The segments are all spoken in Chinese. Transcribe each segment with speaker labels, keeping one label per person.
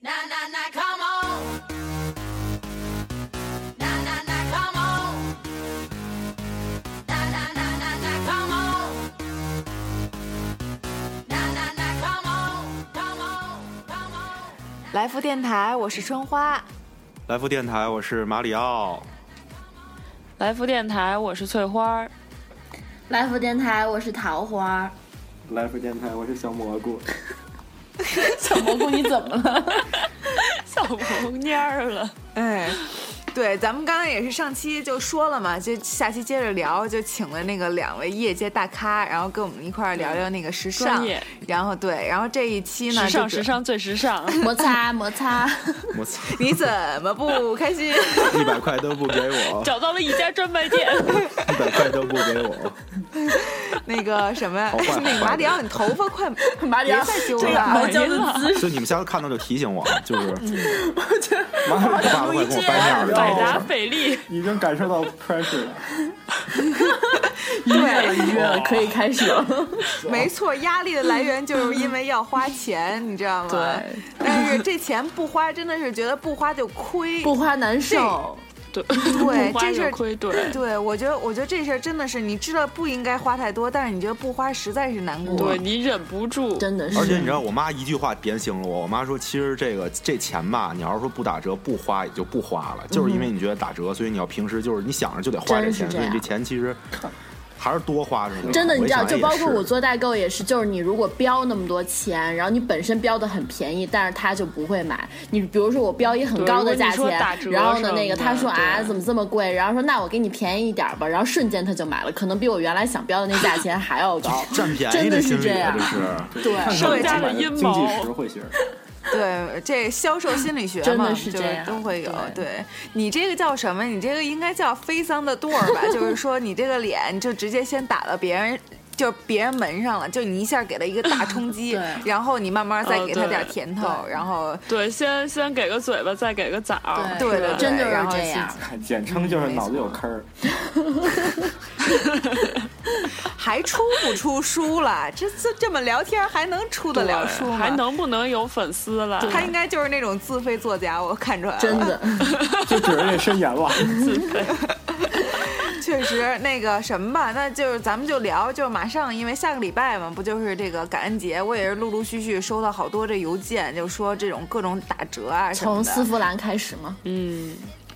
Speaker 1: na na, come on. Na na na, come on. Na na na na na, come on. Na na na, come on, come on, come on.
Speaker 2: 来福电台，我是春花。
Speaker 3: 来福电台，我是马里奥。
Speaker 4: 来福电台，我是翠花儿。
Speaker 5: 来福电台，我是桃花。
Speaker 6: 来福电台，我是小蘑菇。
Speaker 5: 小蘑菇，你怎么了？
Speaker 4: 小萌蔫儿 了，
Speaker 2: 哎，对，咱们刚才也是上期就说了嘛，就下期接着聊，就请了那个两位业界大咖，然后跟我们一块儿聊聊那个时尚
Speaker 4: 专业。
Speaker 2: 然后对，然后这一期呢，
Speaker 4: 时尚
Speaker 2: 就
Speaker 4: 时，尚最时尚。
Speaker 5: 摩擦摩擦，
Speaker 3: 我操，
Speaker 2: 你怎么不开心？
Speaker 3: 一百块都不给 我，
Speaker 4: 找到了一家专卖店，
Speaker 3: 一百块都不给我，
Speaker 2: 那个什么呀
Speaker 3: 好坏好，
Speaker 2: 那个
Speaker 3: 坏
Speaker 2: 马里奥，你头发快，
Speaker 5: 马里奥
Speaker 2: 别再揪
Speaker 5: 这个
Speaker 2: 了
Speaker 5: 傲娇的姿势，
Speaker 3: 就你们下次看到就提醒我，就是，
Speaker 5: 嗯
Speaker 3: 我爸爸快给我掰面儿了，哦
Speaker 4: 百达翡丽。
Speaker 6: 已经感受到 pressure 了。
Speaker 2: 对，
Speaker 5: 愉悦了，可以开始了。
Speaker 2: 没错，压力的来源就是因为要花钱，你知道吗？
Speaker 5: 对。
Speaker 2: 但是这钱不花，真的是觉得不花就亏。
Speaker 5: 不花难受，
Speaker 4: 对
Speaker 2: 对
Speaker 4: 不花
Speaker 2: 这是
Speaker 4: 就亏对。
Speaker 2: 对，我觉得，我觉得这事儿真的是，你知道不应该花太多，但是你觉得不花实在是难过。
Speaker 4: 对你忍不住，
Speaker 5: 真的是。
Speaker 3: 而且你知道，我妈一句话点醒了我。我妈说，其实这个这钱吧，你要是说不打折不花也就不花
Speaker 5: 嗯
Speaker 3: 了，就是因为你觉得打折，所以你要平时就是你想着就得花这
Speaker 5: 真是
Speaker 3: 钱，
Speaker 5: 这
Speaker 3: 所以
Speaker 5: 样
Speaker 3: 这钱其实还是多花出去了。
Speaker 5: 真的，你
Speaker 3: 我一
Speaker 5: 知道，
Speaker 3: 想
Speaker 5: 就
Speaker 3: 也
Speaker 5: 包括
Speaker 3: 是，
Speaker 5: 我做代购也是，就是你如果标那么多钱，然后你本身标的很便宜，但是他就不会买。你比如说我标一很
Speaker 4: 对
Speaker 5: 高
Speaker 4: 如果
Speaker 5: 的
Speaker 4: 你
Speaker 5: 价
Speaker 4: 说打
Speaker 5: 钱，
Speaker 4: 折
Speaker 5: 然后
Speaker 4: 什
Speaker 5: 呢，
Speaker 4: 么
Speaker 5: 那个他
Speaker 4: 的
Speaker 5: 说啊
Speaker 4: 对
Speaker 5: 怎么这么贵，然后说那我给你便宜一点儿吧，然后瞬间他就买了，可能比我原来想标的那价钱还要高
Speaker 3: 占便
Speaker 5: 真
Speaker 3: 宜
Speaker 5: 的
Speaker 3: 的
Speaker 5: 是
Speaker 3: 心理
Speaker 5: 这
Speaker 3: 啊，
Speaker 5: 样
Speaker 3: 这是。
Speaker 5: 对，
Speaker 2: 对
Speaker 4: 商家的阴
Speaker 6: 经济实
Speaker 4: 谋。
Speaker 6: 惠型。
Speaker 2: 对，这销售心理学嘛，
Speaker 5: 真的是
Speaker 2: 就
Speaker 5: 这样
Speaker 2: 都会有。
Speaker 5: 对
Speaker 2: 对你这个叫什么？你这个应该叫飞桑的 door 吧？ 就是说你这个脸就直接先打到别人。就是别人门上了，就你一下给他一个 大冲击
Speaker 5: 对，
Speaker 2: 然后你慢慢再
Speaker 4: 哦
Speaker 2: 给他
Speaker 4: 对
Speaker 2: 点儿甜头，然后
Speaker 4: 对，先先给个嘴巴，再给个枣儿。
Speaker 2: 对对对
Speaker 5: 真的
Speaker 2: 然后
Speaker 5: 哎是这
Speaker 2: 自
Speaker 5: 样。
Speaker 6: 简称就是脑子有坑儿。
Speaker 2: 还出不出书了？这这这么聊天还能出得
Speaker 4: 对
Speaker 2: 了书吗？
Speaker 4: 还？能不能有粉丝了？
Speaker 2: 他应该就是那种自费作家，我看出来了。
Speaker 5: 真的，
Speaker 6: 就指着 这伸延了。
Speaker 2: 确实，那个什么吧，那就是咱们就聊，就是马上，因为下个礼拜嘛，不就是这个感恩节，我也是陆陆续续收到好多这邮件，就说这种各种打折啊什么
Speaker 5: 从丝
Speaker 2: 的。
Speaker 5: 芙兰开始嘛，
Speaker 4: 嗯，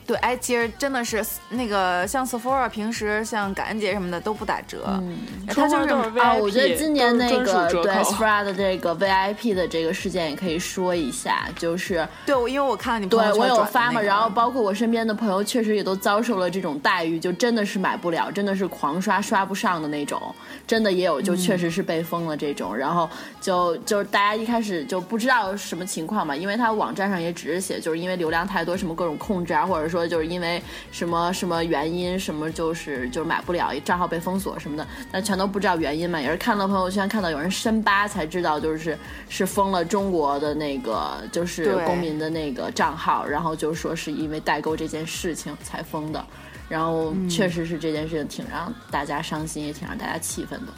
Speaker 2: 对，哎，其实真的是那个像 Sephora 平时像感恩节什么的都不打折，
Speaker 5: 嗯
Speaker 2: 哎它
Speaker 4: 春
Speaker 2: 就
Speaker 4: 花都是
Speaker 2: 是
Speaker 4: VIP，
Speaker 5: 啊，我觉得今年那
Speaker 4: 都是专
Speaker 5: 个
Speaker 4: 属
Speaker 5: 对
Speaker 4: 折扣。
Speaker 5: Sprada 的这个 VIP 的这个事件也可以说一下，就是
Speaker 2: 对，我因为我看到你
Speaker 5: 对
Speaker 2: 朋友圈
Speaker 5: 我有
Speaker 2: 转的
Speaker 5: 发
Speaker 2: 那
Speaker 5: 嘛，
Speaker 2: 个
Speaker 5: 然后包括我身边的朋友确实也都遭受了这种待遇，就真的是买不了，真的是狂刷刷不上的那种，真的也有就确实是被封了这
Speaker 2: 嗯
Speaker 5: 种，然后就就是大家一开始就不知道什么情况嘛，因为他网站上也只是写就是因为流量太多什么各种控制啊，或者说就是因为什么什么原因什么就是就是买不了，账号被封锁什么的，但全都不知道原因嘛，也是看了朋友圈看到有人深扒才知道就是是封了中国的那个就是
Speaker 2: 对
Speaker 5: 公民。的那个账号，然后就说是因为代购这件事情才封的，然后确实是这件事情挺让大家伤心，也挺让大家气愤的。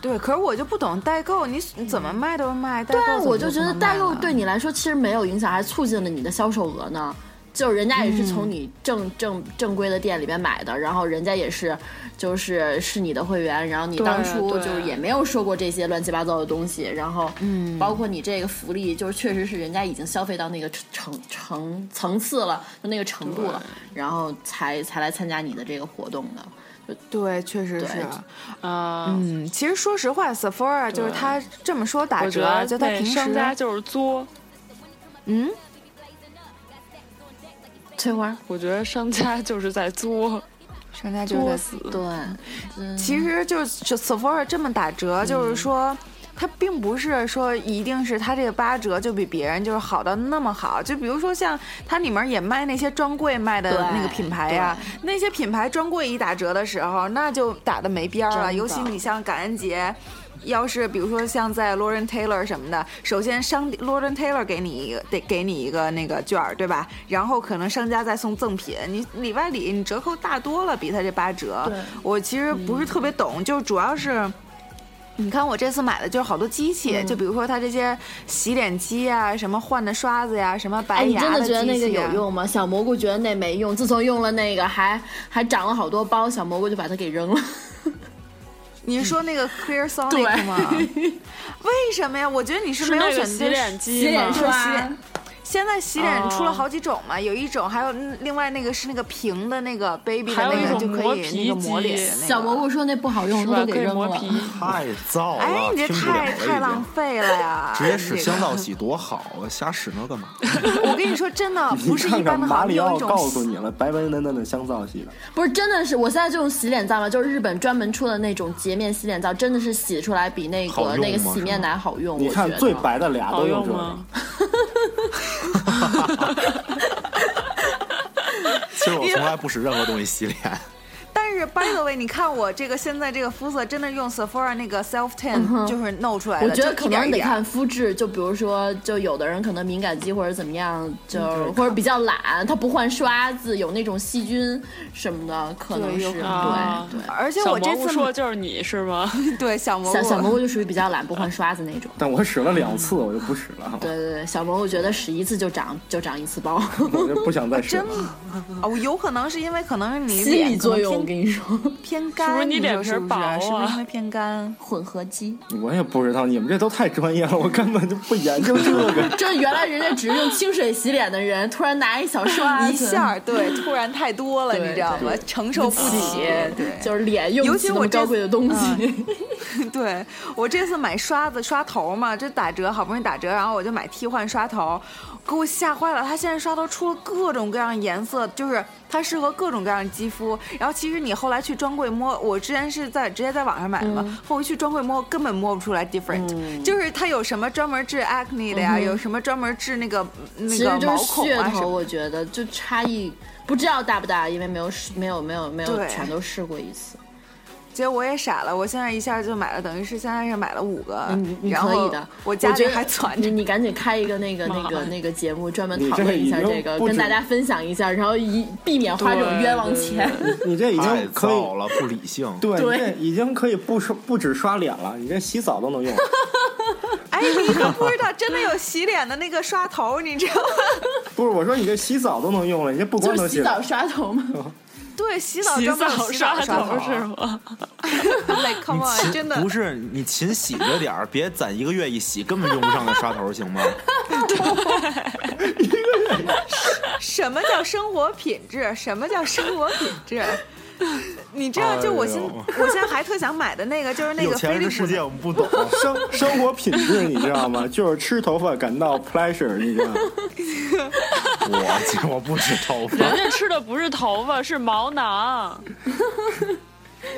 Speaker 2: 对，可是我就不懂代购，你你怎么卖都是卖代购
Speaker 5: 嗯对
Speaker 2: 怎么
Speaker 5: 啊，
Speaker 2: 能卖呢，
Speaker 5: 我就觉得代购对你来说其实没有影响，还促进了你的销售额呢。就是人家也是从你正、正正规的店里边买的，然后人家也是，就是是你的会员，然后你
Speaker 4: 对
Speaker 5: 当初
Speaker 4: 对
Speaker 5: 就是也没有说过这些乱七八糟的东西，然后，嗯，包括你这个福利，就是确实是人家已经消费到那个层层层次了，就那个程度了，然后才才来参加你的这个活动的。
Speaker 2: 对，确实
Speaker 5: 对
Speaker 2: 是。
Speaker 4: 啊，
Speaker 2: 嗯，其实说实话，Sephora 就是他这么说打
Speaker 4: 我觉
Speaker 2: 折啊，
Speaker 4: 得
Speaker 2: 就他
Speaker 4: 那
Speaker 2: 平时
Speaker 4: 商家就是作。
Speaker 2: 嗯，
Speaker 5: 翠花，
Speaker 4: 我觉得商家就是在作，
Speaker 2: 商家就是
Speaker 4: 作
Speaker 2: 在
Speaker 4: 死。
Speaker 5: 对，嗯
Speaker 2: 其实就是就 Sephora 这么打折，就是说。它并不是说一定是它这个八折就比别人就是好到那么好，就比如说像它里面也卖那些专柜卖的
Speaker 5: 对
Speaker 2: 那个品牌呀、
Speaker 5: 嗯
Speaker 2: 那些品牌专柜一打折的时候，那就打的没边儿
Speaker 5: 真
Speaker 2: 了。
Speaker 5: 的
Speaker 2: 尤其你像感恩节，要是比如说像在 Lauren Taylor 什么的，首先商 Lauren Taylor 给你一个得给你一个那个券儿，对吧？然后可能商家再送赠品，你里外里你
Speaker 5: 嗯
Speaker 2: 折扣大多了，比他这八折。我其实不是特别懂，就主要是。你看我这次买的就是好多机器，
Speaker 5: 嗯
Speaker 2: 就比如说它这些洗脸机啊，什么换的刷子呀、什么白
Speaker 5: 哎，你
Speaker 2: 牙
Speaker 5: 真的
Speaker 2: 机
Speaker 5: 觉
Speaker 2: 器、啊
Speaker 5: 得那个有？用吗？小蘑菇觉得那没用，自从用了那个还还长了好多包，小蘑菇就把它给扔了。
Speaker 2: 你说那
Speaker 4: 嗯
Speaker 2: 个 Clear
Speaker 5: 对
Speaker 2: Sonic 吗？为什么呀？我觉得你是没
Speaker 4: 那
Speaker 2: 有选
Speaker 4: 个洗
Speaker 2: 对
Speaker 4: 脸
Speaker 5: 洗
Speaker 4: 机哦
Speaker 5: 脸
Speaker 4: 吗？
Speaker 5: 刷
Speaker 2: 对 洗脸。现在洗脸出了好几种嘛，有一种还有嗯另外那个是那个平的那个 baby 的
Speaker 4: 还有
Speaker 2: 那
Speaker 4: 一
Speaker 2: 个
Speaker 4: 种
Speaker 2: 就可
Speaker 4: 磨
Speaker 2: 以
Speaker 4: 皮
Speaker 2: 那个磨
Speaker 4: 机
Speaker 2: 脸的那个。
Speaker 5: 小蘑菇说那不好用，
Speaker 4: 是
Speaker 5: 他
Speaker 4: 吧？
Speaker 5: 都给
Speaker 4: 可以
Speaker 5: 扔
Speaker 4: 磨
Speaker 5: 了。
Speaker 4: 皮，
Speaker 3: 太燥了，
Speaker 2: 哎，你这
Speaker 3: 听不了
Speaker 2: 太
Speaker 3: 了
Speaker 2: 太
Speaker 3: 已
Speaker 2: 浪
Speaker 3: 经
Speaker 2: 费了呀！
Speaker 3: 直接使
Speaker 2: 这个
Speaker 3: 香皂洗多好啊！瞎使那干嘛？
Speaker 2: 我跟你说，真的
Speaker 6: 你
Speaker 2: 不是一
Speaker 6: 看
Speaker 2: 般
Speaker 6: 看
Speaker 2: 的好，
Speaker 6: 马
Speaker 2: 你
Speaker 6: 里
Speaker 2: 有
Speaker 6: 奥
Speaker 2: 一种
Speaker 6: 告诉你了，白白嫩嫩的香皂洗的，
Speaker 5: 不是，真的是，我现在就用洗脸皂了，就是日本专门出的那种洁面洗脸皂，真的是洗出来比那
Speaker 3: 好
Speaker 5: 个
Speaker 3: 用
Speaker 5: 那个
Speaker 3: 吗
Speaker 5: 洗面奶好用。
Speaker 6: 你
Speaker 5: 我
Speaker 6: 看
Speaker 5: 觉得
Speaker 6: 最白的俩
Speaker 4: 好
Speaker 6: 都用
Speaker 4: 用
Speaker 6: 这个
Speaker 4: 吗？？
Speaker 3: 其实我从来不使任何东西洗脸，
Speaker 2: 但是 by the way，你看我这个现在这个肤色，真的用 Sephora 那个 Self Tan 就是弄出来的，
Speaker 5: 我觉得
Speaker 2: 就
Speaker 5: 可
Speaker 2: 一点
Speaker 5: 能
Speaker 2: 儿一
Speaker 5: 得
Speaker 2: 点儿。
Speaker 5: 看肤质，就比如说，就有的人可能敏感肌或者怎么样，就或者比较懒，他不换刷子，有那种细菌什么的，可能
Speaker 2: 对
Speaker 5: 是
Speaker 2: 有可
Speaker 4: 能
Speaker 5: 对
Speaker 2: 而且
Speaker 4: 小
Speaker 2: 我这
Speaker 4: 蘑菇
Speaker 2: 次
Speaker 4: 说就是你是吗？
Speaker 2: 对小蘑
Speaker 5: 对。
Speaker 2: 菇，
Speaker 5: 小小蘑菇就属于比较懒，不换刷子那种。
Speaker 6: 但我使了两次，我就不使了，
Speaker 5: 对对对，小蘑菇觉得使一次就长就长一次 包，
Speaker 6: 我 就不想再使
Speaker 2: 真
Speaker 6: 了。
Speaker 2: 哦，有可能是因为可能是你
Speaker 5: 心理
Speaker 2: 脸可
Speaker 5: 作
Speaker 2: 能
Speaker 5: 用，我跟你说，
Speaker 2: 偏偏干，
Speaker 4: 是不是你
Speaker 2: 你
Speaker 4: 脸
Speaker 2: 说
Speaker 4: 皮
Speaker 2: 是不是
Speaker 4: 薄啊
Speaker 2: 是不是因为偏干？
Speaker 5: 混合肌。
Speaker 6: 我也不知道，你们这都太专业了，我根本就不研究这个。
Speaker 5: 这原来人家只是用清水洗脸的人，突然拿一小刷
Speaker 2: 一
Speaker 5: 子
Speaker 2: 下 儿对，突然太多了，
Speaker 5: 对
Speaker 2: 你知道吗？承受不起，对，
Speaker 5: 就是脸用
Speaker 2: 尤
Speaker 5: 不
Speaker 2: 其
Speaker 5: 起那
Speaker 2: 我
Speaker 5: 么
Speaker 2: 这嗯
Speaker 5: 高贵的东 西。
Speaker 2: 对我这次买刷子刷头嘛，这打折好不容易打折，然后我就买替换刷头，给我吓坏了。它现在刷头出了各种各样颜色，就是它适合各种各样的肌肤。然后其实你后来去专柜摸，我之前是在直接在网上买的嘛，
Speaker 5: 嗯
Speaker 2: 后来去专柜摸根本摸不出来 different，、就是它有什么专门治 acne 的呀，有什么专门治那个那
Speaker 5: 嗯其实
Speaker 2: 个
Speaker 5: 就是
Speaker 2: 毛孔
Speaker 5: 噱
Speaker 2: 啊什
Speaker 5: 头，
Speaker 2: 么。
Speaker 5: 我觉得就差异不知道大不大，因为没有试，没有没有没有
Speaker 2: 对
Speaker 5: 全都试过一次。
Speaker 2: 结果我也傻了，我现在一下就买了，等于是现在是买了五个，
Speaker 5: 你嗯你
Speaker 2: 然
Speaker 5: 可以
Speaker 2: 后
Speaker 5: 的，
Speaker 2: 我家
Speaker 5: 觉
Speaker 2: 里
Speaker 5: 得
Speaker 2: 还攒着
Speaker 5: 你。你赶紧开一个那个
Speaker 4: 妈
Speaker 5: 那个那个节目，专门
Speaker 6: 你
Speaker 5: 讨
Speaker 6: 这个
Speaker 5: 论一
Speaker 6: 已
Speaker 5: 下
Speaker 6: 经
Speaker 5: 这个，
Speaker 6: 不
Speaker 5: 跟
Speaker 6: 止
Speaker 5: 大家分享一下，然后以避免花这种
Speaker 4: 对
Speaker 5: 冤枉
Speaker 4: 对
Speaker 5: 钱。
Speaker 6: 你这已
Speaker 3: 太
Speaker 6: 经可以
Speaker 3: 燥了，不理 性。
Speaker 6: 对，
Speaker 5: 对
Speaker 6: 你这已经可以不刷不止刷脸了，你这洗澡都能用。
Speaker 2: 哎，你可不知道，真的有洗脸的那个刷头，你知道吗？
Speaker 6: 不是，我说你这洗澡都能用了，你这不 光
Speaker 5: 就
Speaker 6: 能
Speaker 5: 是洗澡
Speaker 6: 澡，
Speaker 5: 刷头吗？
Speaker 2: 对，洗 澡
Speaker 4: 洗
Speaker 2: 专门有
Speaker 4: 澡
Speaker 2: 洗澡刷啊
Speaker 4: 头是吗？
Speaker 2: ？Like come
Speaker 3: 勤
Speaker 2: on，真啊的
Speaker 3: 不是你勤洗着点儿，别攒一个月一洗，根本用不上的刷头，行吗？
Speaker 2: 什么叫生活品质？什么叫生活品质？ 你知道，就我现、
Speaker 3: 哎
Speaker 2: 我现在还特想买的那个，就是 那
Speaker 3: 有
Speaker 2: 个
Speaker 3: 钱
Speaker 2: 飞
Speaker 3: 人
Speaker 2: 利
Speaker 3: 的
Speaker 2: 浦
Speaker 3: 世
Speaker 2: 的
Speaker 3: 界我们不懂。
Speaker 6: 生生活品质你知道吗？ 就是吃头发感到 pleasure，你知道吗？
Speaker 3: 我我不止 头发，
Speaker 4: 人家吃的不是头发，是毛囊，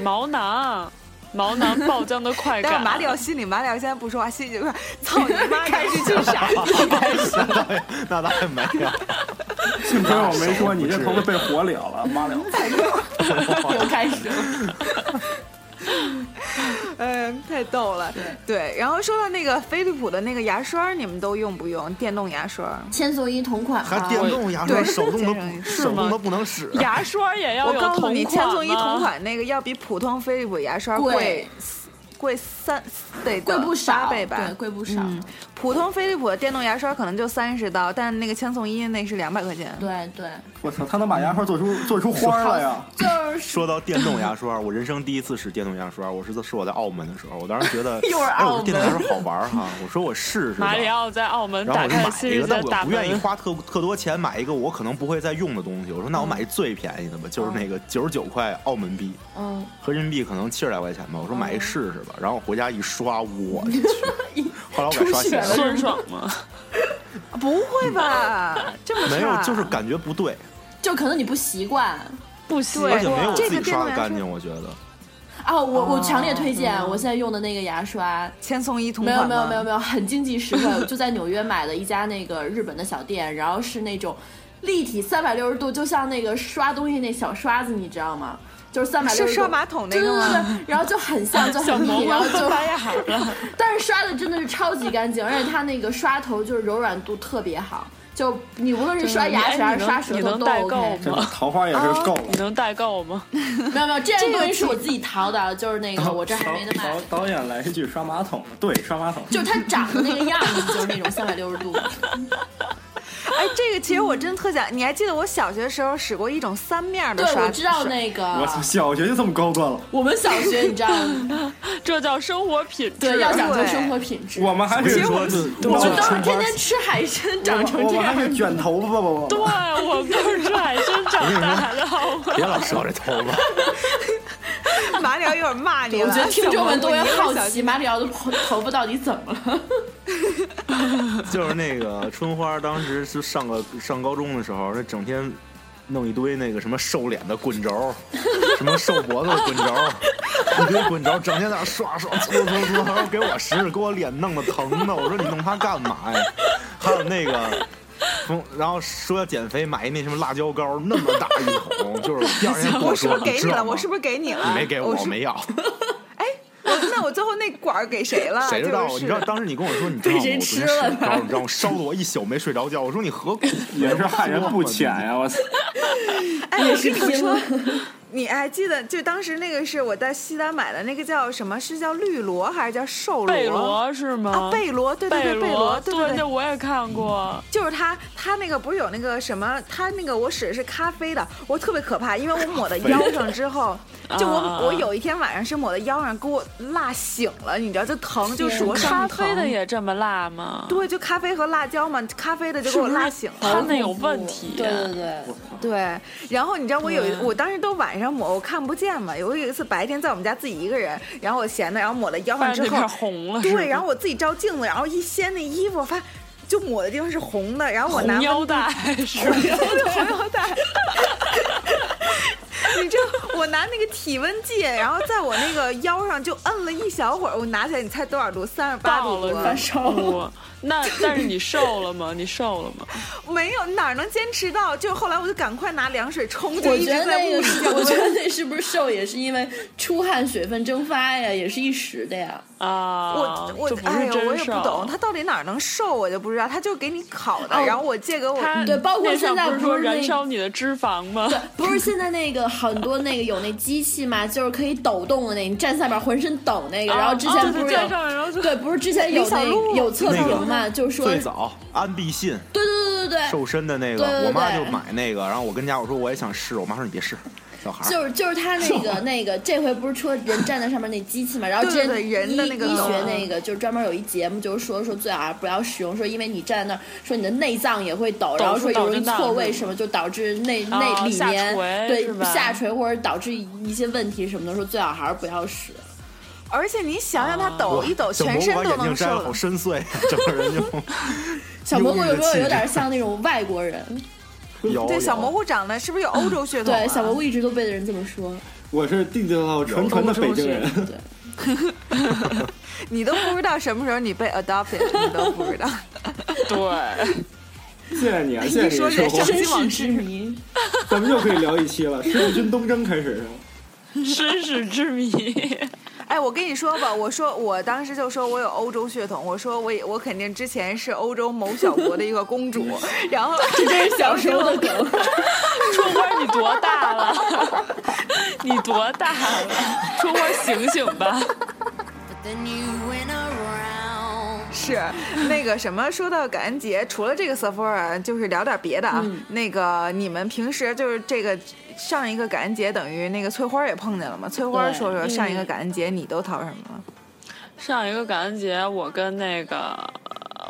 Speaker 4: 毛囊，毛囊爆浆的快
Speaker 2: 但是
Speaker 4: 感。
Speaker 2: 马里奥心里，马里奥现在不说话，心里就说：“操你妈！”开始去傻。
Speaker 3: 那倒也没有。
Speaker 6: 幸亏我没说你这头发被火燎了，妈了。
Speaker 5: 又开始了。
Speaker 2: 嗯，太逗了。对，然后说到那个飞利浦的那个牙刷，你们都用不用电动牙刷？
Speaker 5: 千颂伊同款
Speaker 3: 还
Speaker 5: 吗？
Speaker 3: 电动牙刷，
Speaker 2: 对
Speaker 3: 手动
Speaker 2: 见证一
Speaker 3: 的
Speaker 2: 次
Speaker 3: 手动的不能使。
Speaker 4: 牙刷也要
Speaker 2: 我
Speaker 4: 有
Speaker 2: 告诉你，
Speaker 4: 同
Speaker 2: 千
Speaker 4: 款
Speaker 2: 颂伊同
Speaker 4: 吗？
Speaker 2: 款那个要比普通飞利浦牙刷
Speaker 5: 贵
Speaker 2: 贵贵三得
Speaker 5: 贵不少，
Speaker 2: 呃八倍吧
Speaker 5: 对，。贵不少。
Speaker 2: 嗯，普通飞利浦的电动牙刷可能就三十刀，但那个千颂伊那是两百块钱。
Speaker 5: 对对，
Speaker 6: 我操，他能把牙刷做出 做出花来啊呀！
Speaker 5: 就是
Speaker 3: 说到电动牙刷，我人生第一次使电动牙刷，我是在是我在澳门的时候，我当时觉得，
Speaker 5: 又是
Speaker 3: 哎，我
Speaker 5: 澳
Speaker 3: 说
Speaker 5: 门
Speaker 3: 电动牙刷好玩儿哈，我说我试试吧
Speaker 4: 马。里奥在澳门
Speaker 3: 然后
Speaker 4: 打
Speaker 3: 我就
Speaker 4: 开
Speaker 3: 买
Speaker 4: 了新
Speaker 3: 一
Speaker 4: 世
Speaker 3: 个，
Speaker 4: 界
Speaker 3: 但我
Speaker 4: 大
Speaker 3: 不愿意
Speaker 4: 门，
Speaker 3: 花特特多钱买一个我可能不会再用的东西。我说那我买一最便宜的吧，就是那个九十九块澳门币，
Speaker 5: 嗯，
Speaker 3: 合人民币可能七十来块钱吧。我说买一试试吧，然后我回家一刷，我去，后来我给刷
Speaker 5: 出血
Speaker 3: 鞋
Speaker 5: 了
Speaker 4: 酸爽吗？
Speaker 2: 不会 吧？这么差？
Speaker 3: 没有，就是感觉不对，
Speaker 5: 就可能你不习惯。
Speaker 4: 不行，
Speaker 2: 对
Speaker 3: 而且没有我
Speaker 2: 这个
Speaker 3: 自己
Speaker 2: 电动
Speaker 3: 刷的
Speaker 2: 牙
Speaker 3: 干
Speaker 2: 刷
Speaker 3: 净，我觉得。
Speaker 5: 啊，我我强烈推荐，我现在用的那个牙刷，
Speaker 2: 千颂伊同
Speaker 5: 没有
Speaker 2: 款
Speaker 5: 没有没有
Speaker 2: 吗
Speaker 5: 没有，很经济 实惠，我就在纽约买的一家那个日本的小店，然后是那种立体三百六十度，就像那个刷东西那小刷子，你知道吗？就是三百六十
Speaker 2: 是刷马桶那
Speaker 5: 对
Speaker 2: 个
Speaker 5: 对
Speaker 2: 吗
Speaker 5: 对对，然后就很像，就
Speaker 4: 小
Speaker 5: 很
Speaker 4: 蘑
Speaker 5: 立体，
Speaker 4: 菇
Speaker 5: 然后就
Speaker 4: 发芽了，
Speaker 5: 但是刷的真的是超级干净，而且它那个刷头就是柔软度特别好，就你无论是刷牙齿还是刷舌
Speaker 4: 你
Speaker 5: 头
Speaker 4: 能
Speaker 5: 都
Speaker 4: 代购
Speaker 5: OK。
Speaker 6: 真的
Speaker 4: 吗？
Speaker 6: 桃花也是够了。
Speaker 4: 你能代购吗？
Speaker 5: 没有没有，这些东西是我自己淘的，就是那 个我这还没得买
Speaker 6: 导。导导演来一句刷马桶，对，刷马桶。
Speaker 5: 就是它长的那个样子，就是那种三百六十度。
Speaker 2: 哎，这个其实我真特想，你还记得我小学的时候使过一种三面的
Speaker 5: 对，
Speaker 2: 刷
Speaker 5: 我知道那个。
Speaker 6: 我操，小学就这么高端了，
Speaker 5: 我们小学你知道，
Speaker 4: 这叫生活品质。
Speaker 5: 对，要讲究
Speaker 2: 对
Speaker 5: 生活品质。
Speaker 6: 我们还是说是
Speaker 5: 我们
Speaker 6: 们
Speaker 5: 都是天天吃海参，长成
Speaker 6: 我
Speaker 5: 这
Speaker 6: 们还
Speaker 5: 样。
Speaker 6: 是卷头发吧，我
Speaker 4: 对，我们都是吃海参长 大的，好吗？
Speaker 3: 别老说这头发。
Speaker 2: 马里奥一会儿骂你了。
Speaker 5: 我觉得听众们都会好
Speaker 2: 小
Speaker 5: 奇马里奥的头头发到底怎么了。
Speaker 3: 就是那个春花，当时是上个上高中的时候，那整天弄一堆那个什么瘦脸的棍轴，什么瘦脖子的棍轴，一堆棍轴，整天在那刷刷搓搓搓，然后给我使，给我脸弄得疼的。我说你弄它干嘛呀？还有那个。从然后说要减肥，买一那什么辣椒膏，那么大一桶，就是第二天跟
Speaker 2: 我是
Speaker 3: 说，
Speaker 2: 不是给你
Speaker 3: 知道
Speaker 2: 了？
Speaker 3: 吗
Speaker 2: 我是不是给你了？
Speaker 3: 你没给我，
Speaker 2: 我
Speaker 3: 我
Speaker 2: 是
Speaker 3: 没要，
Speaker 2: 哎，我 那我最后那管儿给谁了？
Speaker 3: 谁知道？
Speaker 2: 就是
Speaker 3: 你知道当时你跟我说，你知道吗？
Speaker 5: 被谁
Speaker 3: 我昨天
Speaker 5: 吃了
Speaker 3: 使了膏，你知道吗？烧的我一宿没睡着觉。我说你何苦？
Speaker 6: 也是害人不浅呀、我操，
Speaker 2: 哎，我跟你说， 你还记得就当时那个是我在西单买的那个叫什么？是叫绿萝还是叫瘦萝？
Speaker 4: 贝罗是
Speaker 2: 啊，
Speaker 4: 吗？
Speaker 2: 贝罗，对对对，贝
Speaker 4: 罗，
Speaker 2: 对
Speaker 4: 对，
Speaker 2: 对
Speaker 4: 那，我也看过。
Speaker 2: 就是它，它那个不是有那个什么，它那个我使的是咖啡的，我特别可怕，因为我抹到腰上之 后，就
Speaker 4: 啊啊
Speaker 2: 我我有一天晚上是抹到腰上，给我辣醒了，你知道，就疼，就灼
Speaker 4: 咖
Speaker 2: 伤
Speaker 4: 啡
Speaker 2: 疼
Speaker 4: 的。也这么辣吗？
Speaker 2: 对，就咖啡和辣椒嘛，咖啡的就给我辣醒了。
Speaker 4: 他那有问题。啊
Speaker 5: 对对对，
Speaker 2: 对，然后你知道我有一，
Speaker 4: 对
Speaker 2: 我当时都晚上抹，我看不见嘛。有一次白天在我们家自己一个人，然后我闲的，然后抹了腰
Speaker 4: 突
Speaker 2: 上
Speaker 4: 然
Speaker 2: 之
Speaker 4: 这
Speaker 2: 后
Speaker 4: 片，红了，是吧
Speaker 2: 对，然后我自己照镜子，然后一掀那衣服，我发就抹的地方是红的，然后我拿温
Speaker 4: 红腰带是吧
Speaker 2: 对红腰带。 你知道我拿那个体温计，然后在我那个腰上就摁了一小会儿，我拿起来，你猜多少度？三十八
Speaker 4: 到
Speaker 2: 度
Speaker 4: 了
Speaker 2: 多。
Speaker 4: 是吧不那但是你瘦了吗？你瘦了 吗？
Speaker 2: 没有，哪能坚持到？就后来我就赶快拿凉水冲，就
Speaker 5: 我
Speaker 2: 一直
Speaker 5: 觉得
Speaker 2: 在
Speaker 5: 那
Speaker 2: 捂
Speaker 5: 个
Speaker 2: 着
Speaker 5: 是，
Speaker 2: 脚
Speaker 5: 我
Speaker 2: 温
Speaker 5: 觉得那是不是瘦也是因为出汗水分蒸发呀，也是一时的呀。
Speaker 4: 啊
Speaker 5: 哦
Speaker 2: 我，我
Speaker 4: 就不
Speaker 2: 哎
Speaker 4: 是
Speaker 2: 呀，我
Speaker 4: 真
Speaker 2: 也不
Speaker 4: 瘦
Speaker 2: 懂他到底哪儿能瘦，我就不知道。他就给你烤的，
Speaker 5: 哦
Speaker 2: 然后我借给我
Speaker 4: 他
Speaker 5: 对包括
Speaker 4: 那上
Speaker 5: 现在
Speaker 4: 不是说
Speaker 5: 不是那
Speaker 4: 燃烧你的脂肪吗？
Speaker 5: 对，不是现在那个很多那个有那机器嘛，就是可以抖动的那，你站下边浑身抖那个。然后之前
Speaker 4: 哦
Speaker 5: 不
Speaker 4: 对
Speaker 5: 是
Speaker 4: 站
Speaker 5: 有
Speaker 4: 上然后就
Speaker 5: 对，不是之前有
Speaker 2: 李小
Speaker 5: 那
Speaker 2: 璐
Speaker 5: 有测评嘛，就说
Speaker 3: 最
Speaker 5: 对
Speaker 3: 早安必信
Speaker 5: 对对对对对，
Speaker 3: 瘦身的那个，
Speaker 5: 对对对
Speaker 3: 我妈就买那个，然后我跟家我说我也想试，我妈说你别试，小孩儿。
Speaker 5: 就是就是他那个那个，这回不是说人站在上面那机器嘛，然后之
Speaker 2: 对
Speaker 5: 前
Speaker 2: 对对人的
Speaker 5: 医
Speaker 2: 那个嗯
Speaker 5: 医学那个，就是专门有一节目，就是说说最好不要使用，说因为你站在那儿，说你的内脏也会抖，然后说有容易错位什么，就导致内
Speaker 4: 哦
Speaker 5: 内里
Speaker 4: 下
Speaker 5: 面
Speaker 4: 垂是
Speaker 5: 对
Speaker 4: 吧
Speaker 5: 下垂或者导致一些问题什么的，说最好还是不要使。
Speaker 2: 而且你想想，他
Speaker 5: 啊
Speaker 2: 抖
Speaker 3: 我
Speaker 2: 一抖，
Speaker 3: 小蘑
Speaker 2: 全
Speaker 3: 菇
Speaker 2: 身都
Speaker 3: 把眼睛
Speaker 2: 能
Speaker 3: 摘
Speaker 2: 瘦
Speaker 3: 了，好
Speaker 2: 了。
Speaker 3: 深邃，啊整个人
Speaker 5: 小蘑菇
Speaker 3: 忧
Speaker 5: 有没
Speaker 3: 郁的气
Speaker 5: 有
Speaker 3: 质
Speaker 5: 有点像那 种外国人？
Speaker 3: 就有。
Speaker 2: 对，
Speaker 3: 有
Speaker 2: 小蘑，菇长得是不是有欧洲血统啊？
Speaker 5: 对，小蘑菇一直都被人这么说。
Speaker 6: 我是地道纯纯的北京人，
Speaker 5: 对，
Speaker 2: 你都不知道什么时候你被 adopted，你都不知道。
Speaker 4: 对，
Speaker 6: 谢谢你啊，谢谢
Speaker 2: 一说
Speaker 6: 你的
Speaker 2: 人
Speaker 6: 收获，
Speaker 5: 身世之谜。
Speaker 6: 咱们又可以聊一期了，十字军东征开始是吧？
Speaker 4: 身世之谜。
Speaker 2: 哎，我跟你说吧，我说我当时就说我有欧洲血统，我说我也我肯定之前是欧洲某小国的一个公 主，然后
Speaker 5: 这真是小时候的梗。
Speaker 4: 春花，你多大了？ 你多大了？春花，醒醒吧！
Speaker 1: But then you went around.
Speaker 2: 是那个什么，说到感恩节，除了这个 Sephora，就是聊点别的啊。
Speaker 5: 嗯
Speaker 2: 那个你们平时就是这个上一个感恩节，等于那个翠花也碰见了嘛？翠花
Speaker 5: 对嗯
Speaker 2: 说说上一个感恩节你都淘什么了？
Speaker 4: 上一个感恩节，我跟那个。